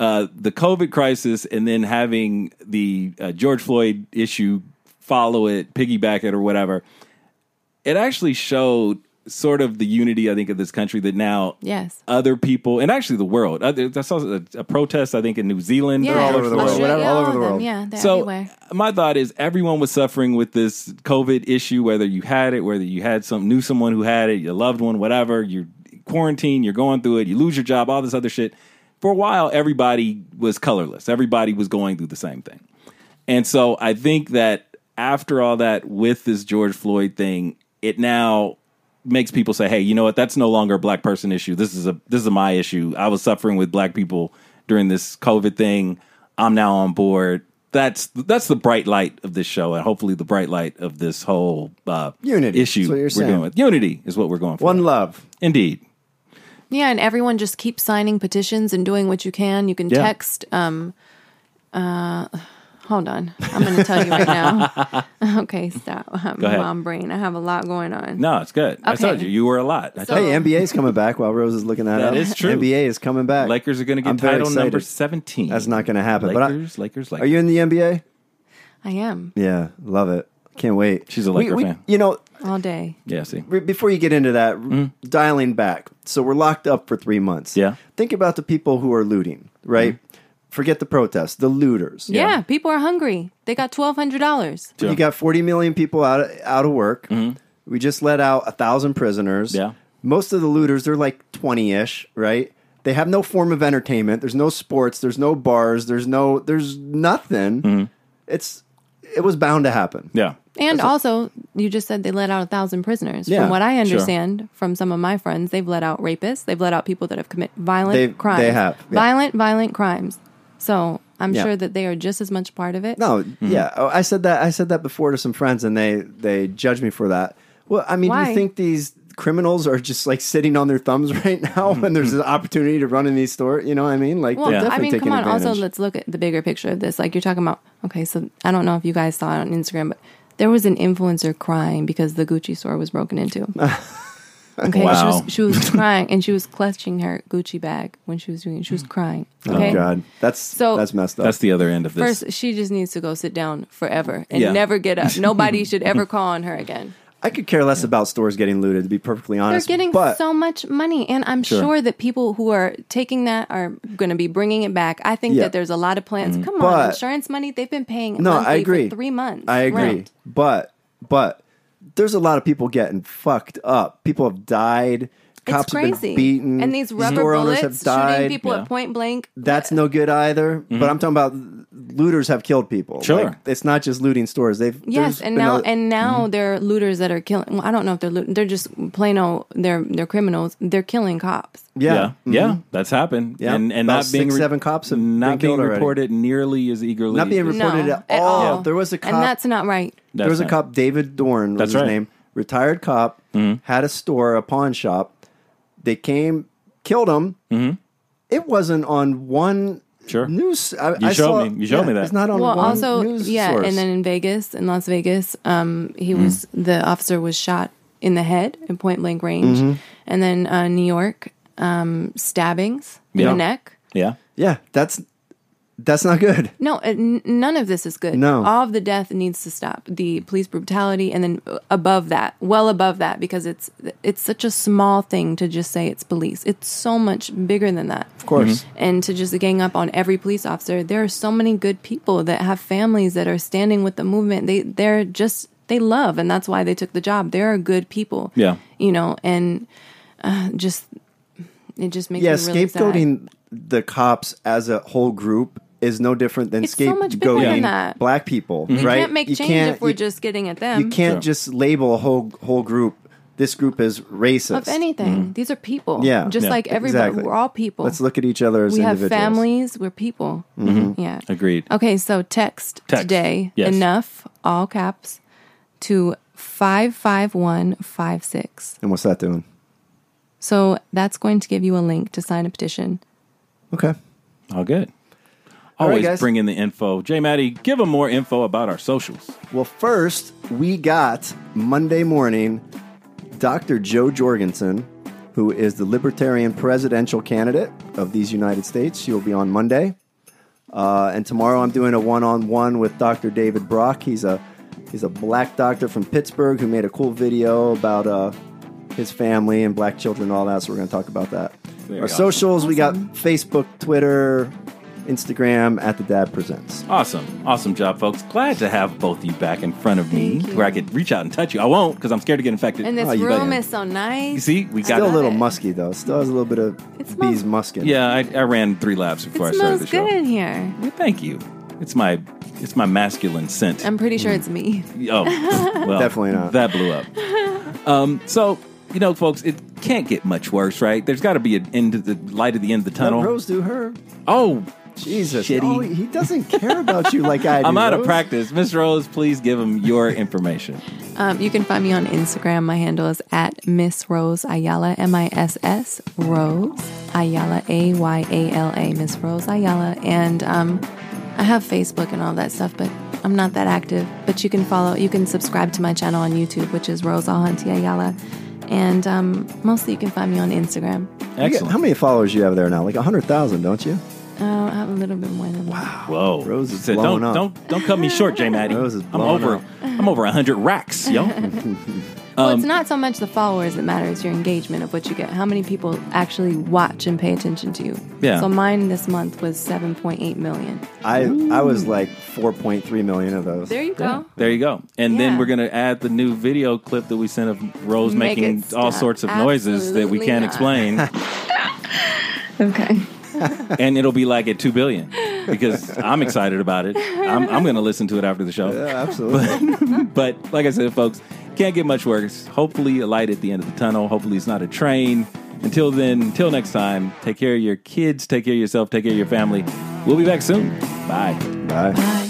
Speaker 1: Uh, the COVID crisis and then having the uh, George Floyd issue follow it, piggyback it, or whatever, it actually showed sort of the unity, I think, of this country that now
Speaker 3: Yes.
Speaker 1: other people, and actually the world, other, I saw a, a protest, I think, in New Zealand.
Speaker 3: Yeah,
Speaker 1: or
Speaker 2: all over the world.
Speaker 3: Australia,
Speaker 2: Whatever- all over
Speaker 3: of
Speaker 2: the
Speaker 3: them,
Speaker 2: world.
Speaker 3: Yeah, they're
Speaker 1: so
Speaker 3: everywhere.
Speaker 1: my thought is everyone was suffering with this COVID issue, whether you had it, whether you had some knew someone who had it, your loved one, whatever. You're quarantined, you're going through it, you lose your job, all this other shit. For a while, everybody was colorless. Everybody was going through the same thing. And so I think that after all that with this George Floyd thing, it now makes people say, "Hey, you know what? That's no longer a black person issue. This is a this is my issue. I was suffering with black people during this COVID thing. I'm now on board. that's that's the bright light of this show, and hopefully the bright light of this whole uh,
Speaker 2: Unity.
Speaker 1: issue
Speaker 2: That's what you're
Speaker 1: we're
Speaker 2: saying.
Speaker 1: doing with unity is what we're going for.
Speaker 2: One love.
Speaker 1: Indeed,
Speaker 3: Yeah, and everyone just keep signing petitions and doing what you can. You can
Speaker 1: Yeah.
Speaker 3: text. Um, uh, hold on, I'm going to tell you right now. okay, stop. I'm
Speaker 1: ahead.
Speaker 3: mom brain. I have a lot going on.
Speaker 1: no, it's good. I
Speaker 3: Okay.
Speaker 1: told you you were a lot. I
Speaker 3: So-
Speaker 1: told
Speaker 2: Hey, NBA's coming back while Rose is looking that,
Speaker 1: That
Speaker 2: up.
Speaker 1: is true.
Speaker 2: NBA is coming back.
Speaker 1: you, Lakers are going to get
Speaker 2: I'm very
Speaker 1: title number
Speaker 2: excited.
Speaker 1: seventeen.
Speaker 2: That's not going to happen. but I-
Speaker 1: Lakers, Lakers, Lakers.
Speaker 2: are you in the NBA?
Speaker 3: I am
Speaker 2: Yeah, love it. Can't wait.
Speaker 1: She's a
Speaker 2: We-
Speaker 1: Laker
Speaker 2: we-
Speaker 1: fan.
Speaker 2: You know,
Speaker 3: all day.
Speaker 1: yeah, see,
Speaker 2: re- before you get into that, r- dialing back. So we're locked up for three months.
Speaker 1: Mm-hmm. Yeah. Mm-hmm.
Speaker 2: Think about the people who are looting, right? Forget the protests, the looters.
Speaker 3: Yeah, people are hungry. They got twelve hundred dollars.
Speaker 1: Yeah. Mm-hmm.
Speaker 2: You got 40 million people out of, out of work. We just let out a thousand prisoners.
Speaker 1: Yeah.
Speaker 2: Most of the looters, they're like 20 ish, right? They have no form of entertainment. There's no sports. There's no bars. There's no, there's nothing.
Speaker 1: Mm-hmm.
Speaker 2: It's, it was bound to happen.
Speaker 1: yeah,
Speaker 3: And also, you just said they let out a thousand prisoners.
Speaker 2: Yeah,
Speaker 3: from what I
Speaker 1: sure.
Speaker 3: understand from some of my friends, they've let out rapists. They've let out people that have committed violent
Speaker 2: They've-
Speaker 3: crimes.
Speaker 2: they have, yeah.
Speaker 3: violent, violent crimes. So I'm
Speaker 2: Yeah.
Speaker 3: sure that they are just as much part of it.
Speaker 2: No, yeah, oh, I said that. I said that before to some friends, and they they judged me for that. Well, I mean, do
Speaker 3: Why?
Speaker 2: you think these criminals are just like sitting on their thumbs right now when there's an opportunity to run in these stores? You know what I mean? Like,
Speaker 3: Well,
Speaker 2: they're
Speaker 3: I
Speaker 2: definitely
Speaker 3: mean,
Speaker 2: taking
Speaker 3: come on.
Speaker 2: advantage.
Speaker 3: Also, let's look at the bigger picture of this. Like you're talking about. Okay, so I don't know if you guys saw it on Instagram, but there was an influencer crying because the Gucci store was broken into. Okay,
Speaker 1: Wow.
Speaker 3: she, was, she was crying and she was clutching her Gucci bag when she was doing it. She was crying. Okay?
Speaker 2: Oh God, that's
Speaker 3: So-
Speaker 2: that's messed up.
Speaker 1: that's the other end of this.
Speaker 3: First, she just needs to go sit down forever and
Speaker 1: Yeah.
Speaker 3: never get up. Nobody should ever call on her again.
Speaker 2: I could care less about stores getting looted, to be perfectly
Speaker 3: They're
Speaker 2: honest.
Speaker 3: getting
Speaker 2: but
Speaker 3: so much money, and I'm sure. that people who are taking that are going to be bringing it back. I think
Speaker 2: Yeah. Mm-hmm.
Speaker 3: that there's a lot of plans. Come on,
Speaker 2: But-
Speaker 3: insurance money—they've been paying.
Speaker 2: no,
Speaker 3: monthly
Speaker 2: I agree.
Speaker 3: For three months.
Speaker 2: I agree,
Speaker 3: rent.
Speaker 2: but but there's a lot of people getting fucked up. People have died. Cops
Speaker 3: it's
Speaker 2: have
Speaker 3: crazy.
Speaker 2: been beaten,
Speaker 3: and these rubber
Speaker 2: store owners
Speaker 3: bullets
Speaker 2: have died.
Speaker 3: shooting people
Speaker 1: Yeah.
Speaker 3: at point blank.
Speaker 2: That's no good either. But I'm talking about looters have killed people.
Speaker 1: Mm-hmm. Sure.
Speaker 2: Like, it's not just looting stores. They've
Speaker 3: Yes,
Speaker 2: there's
Speaker 3: and
Speaker 2: been
Speaker 3: now
Speaker 2: a- Mm-hmm.
Speaker 3: and now there are looters that are killing. Well, I don't know if they're looting. They're just plain old. They're they're criminals. They're killing cops.
Speaker 1: Yeah,
Speaker 2: yeah, Mhm.
Speaker 1: yeah, that's happened.
Speaker 2: Yeah.
Speaker 1: and and
Speaker 2: About
Speaker 1: not being
Speaker 2: six, seven cops have been
Speaker 1: not being
Speaker 2: killed already.
Speaker 1: reported nearly as eagerly.
Speaker 2: Not being
Speaker 1: as-
Speaker 3: No,
Speaker 2: reported
Speaker 3: at all.
Speaker 2: There was a cop.
Speaker 3: and that's not right.
Speaker 2: there was a
Speaker 1: That's not-
Speaker 2: cop, David Dorn was
Speaker 1: That's
Speaker 2: his
Speaker 1: right. Mm-hmm.
Speaker 2: name, retired cop, had a store, a pawn shop. They came, killed him. It wasn't on one
Speaker 1: Mm-hmm. Sure.
Speaker 2: news. I,
Speaker 1: You
Speaker 2: I
Speaker 1: showed
Speaker 2: saw-
Speaker 1: me. You showed
Speaker 2: yeah,
Speaker 1: me that.
Speaker 2: It's not on
Speaker 3: well,
Speaker 2: one
Speaker 3: also,
Speaker 2: news
Speaker 3: yeah,
Speaker 2: source. Hmm.
Speaker 3: and then in Vegas, in Las Vegas, um, he was the officer was shot in the head in point blank range,
Speaker 2: Mm-hmm.
Speaker 3: and then uh, New York um, stabbings in
Speaker 1: Yeah.
Speaker 3: the neck.
Speaker 1: yeah,
Speaker 2: yeah, that's that's not good.
Speaker 3: No, uh, n- none of this is good.
Speaker 2: No.
Speaker 3: all of the death needs to stop. The police brutality, and then uh, above that, well above that, because it's it's such a small thing to just say it's police. It's so much bigger than that.
Speaker 2: Of
Speaker 1: Mm-hmm.
Speaker 2: course.
Speaker 3: and to just gang up on every police officer. There are so many good people that have families that are standing with the movement. They they're just they love, and that's why they took the job. They are good people.
Speaker 1: Yeah.
Speaker 3: you know, and uh, just it just makes
Speaker 2: yeah,
Speaker 3: me really sad.
Speaker 2: scapegoating the cops as a whole group is no different than
Speaker 3: It's so much bigger
Speaker 2: scapegoating
Speaker 3: than that.
Speaker 2: black people,
Speaker 3: We
Speaker 2: right?
Speaker 3: can't make
Speaker 2: You
Speaker 3: change
Speaker 2: can't-
Speaker 3: if we're
Speaker 2: you-
Speaker 3: just getting at them.
Speaker 2: you can't
Speaker 1: Sure.
Speaker 2: just label a whole whole group. This group is racist.
Speaker 3: of anything. These are people.
Speaker 2: Yeah.
Speaker 3: just
Speaker 1: Mm-hmm. Yeah.
Speaker 3: like everybody.
Speaker 2: Exactly.
Speaker 3: We're all people.
Speaker 2: Let's look at each other as
Speaker 3: we have
Speaker 2: individuals.
Speaker 3: families. We're people. Yeah.
Speaker 1: agreed.
Speaker 3: Okay, so text,
Speaker 1: Text.
Speaker 3: today
Speaker 1: Yes.
Speaker 3: enough all caps to five five one five six.
Speaker 2: And what's that doing?
Speaker 3: So that's going to give you a link to sign a petition.
Speaker 2: Okay.
Speaker 1: All good.
Speaker 2: All right,
Speaker 1: Always
Speaker 2: guys.
Speaker 1: bring in the info. J Maddie, give them more info about our socials.
Speaker 2: Well, first we got Monday morning, Dr. Joe Jorgensen, who is the Libertarian presidential candidate of these United States. She will be on Monday. Uh, and tomorrow I'm doing a one-on-one with Dr. David Brock. He's a he's a black doctor from Pittsburgh who made a cool video about uh, his family and black children and all that. So we're going to talk about that.
Speaker 1: Very
Speaker 2: Our
Speaker 1: awesome.
Speaker 2: socials we got Facebook, Twitter, Instagram at the Dad Presents.
Speaker 1: Awesome. Awesome job, folks. Glad to have both of you back in front of me
Speaker 3: Thank you.
Speaker 1: where I could reach out and touch you. I won't because I'm scared to get infected.
Speaker 3: And this
Speaker 2: Oh, you
Speaker 3: room
Speaker 2: bet.
Speaker 3: is so nice.
Speaker 1: you see, we got
Speaker 2: Still a
Speaker 1: it.
Speaker 2: little
Speaker 3: it.
Speaker 2: musky though. Still has a little bit of
Speaker 3: It smells-
Speaker 2: bees muskin.
Speaker 1: Yeah, I, I ran three laps
Speaker 3: It
Speaker 1: before I started
Speaker 3: smells
Speaker 1: the
Speaker 3: good
Speaker 1: show.
Speaker 3: in here.
Speaker 1: Yeah, Thank you. It's my it's my masculine scent.
Speaker 3: I'm pretty sure it's me.
Speaker 1: Oh, well,
Speaker 2: Definitely not.
Speaker 1: That blew up. Um, so you know, folks, it can't get much worse, right? There's got to be an end to the light at the end of the
Speaker 2: Let
Speaker 1: tunnel.
Speaker 2: Rose do her.
Speaker 1: Oh,
Speaker 2: Jesus,
Speaker 1: Shitty.
Speaker 2: Oh, he doesn't care about you like I do.
Speaker 1: I'm out of
Speaker 2: Rose.
Speaker 1: practice. Miss Rose, please give him your information.
Speaker 3: Um, you can find me on Instagram. My handle is at Miss Rose Ayala, M I S S Rose Ayala, A Y A L A, Miss Rose Ayala. And um, I have Facebook and all that stuff, but I'm not that active. But you can follow, you can subscribe to my channel on YouTube, which is Rose Alhanti Ayala. And um, mostly you can find me on Instagram.
Speaker 2: You get- How
Speaker 1: Excellent.
Speaker 2: many followers you have there now? Like hundred thousand, don't you?
Speaker 3: Uh, I have a little bit more than that.
Speaker 1: Whoa,
Speaker 2: Rose is
Speaker 1: Said,
Speaker 2: blowing
Speaker 1: don't,
Speaker 2: up.
Speaker 1: don't don't cut me short, J. Maddie.
Speaker 2: Rose is
Speaker 1: I'm
Speaker 2: blowing
Speaker 1: over.
Speaker 2: up.
Speaker 1: I'm over hundred racks, yo.
Speaker 3: Well,
Speaker 1: Um,
Speaker 3: it's not so much the followers that matter; it's your engagement of what you get. How many people actually watch and pay attention to you?
Speaker 1: Yeah.
Speaker 3: So mine this month was 7.8 million.
Speaker 2: I I was like four point three million of those.
Speaker 3: There you go.
Speaker 1: Yeah, there you go. And then
Speaker 3: Yeah.
Speaker 1: we're gonna add the new video clip that we sent of Rose
Speaker 3: Make
Speaker 1: making
Speaker 3: it
Speaker 1: all
Speaker 3: stop.
Speaker 1: sorts of noises that we
Speaker 3: Absolutely
Speaker 1: can't
Speaker 3: not.
Speaker 1: explain,
Speaker 4: Okay.
Speaker 1: and it'll be like at two billion because I'm excited about it. I'm, I'm gonna listen to it after the show.
Speaker 2: Yeah, absolutely.
Speaker 1: But like I said, folks, can't get much worse. Hopefully, a light at the end of the tunnel. Hopefully, it's not a train. Until then, until next time, take care of your kids, take care of yourself, take care of your family. We'll be back soon. Bye.
Speaker 2: Bye.
Speaker 3: Bye.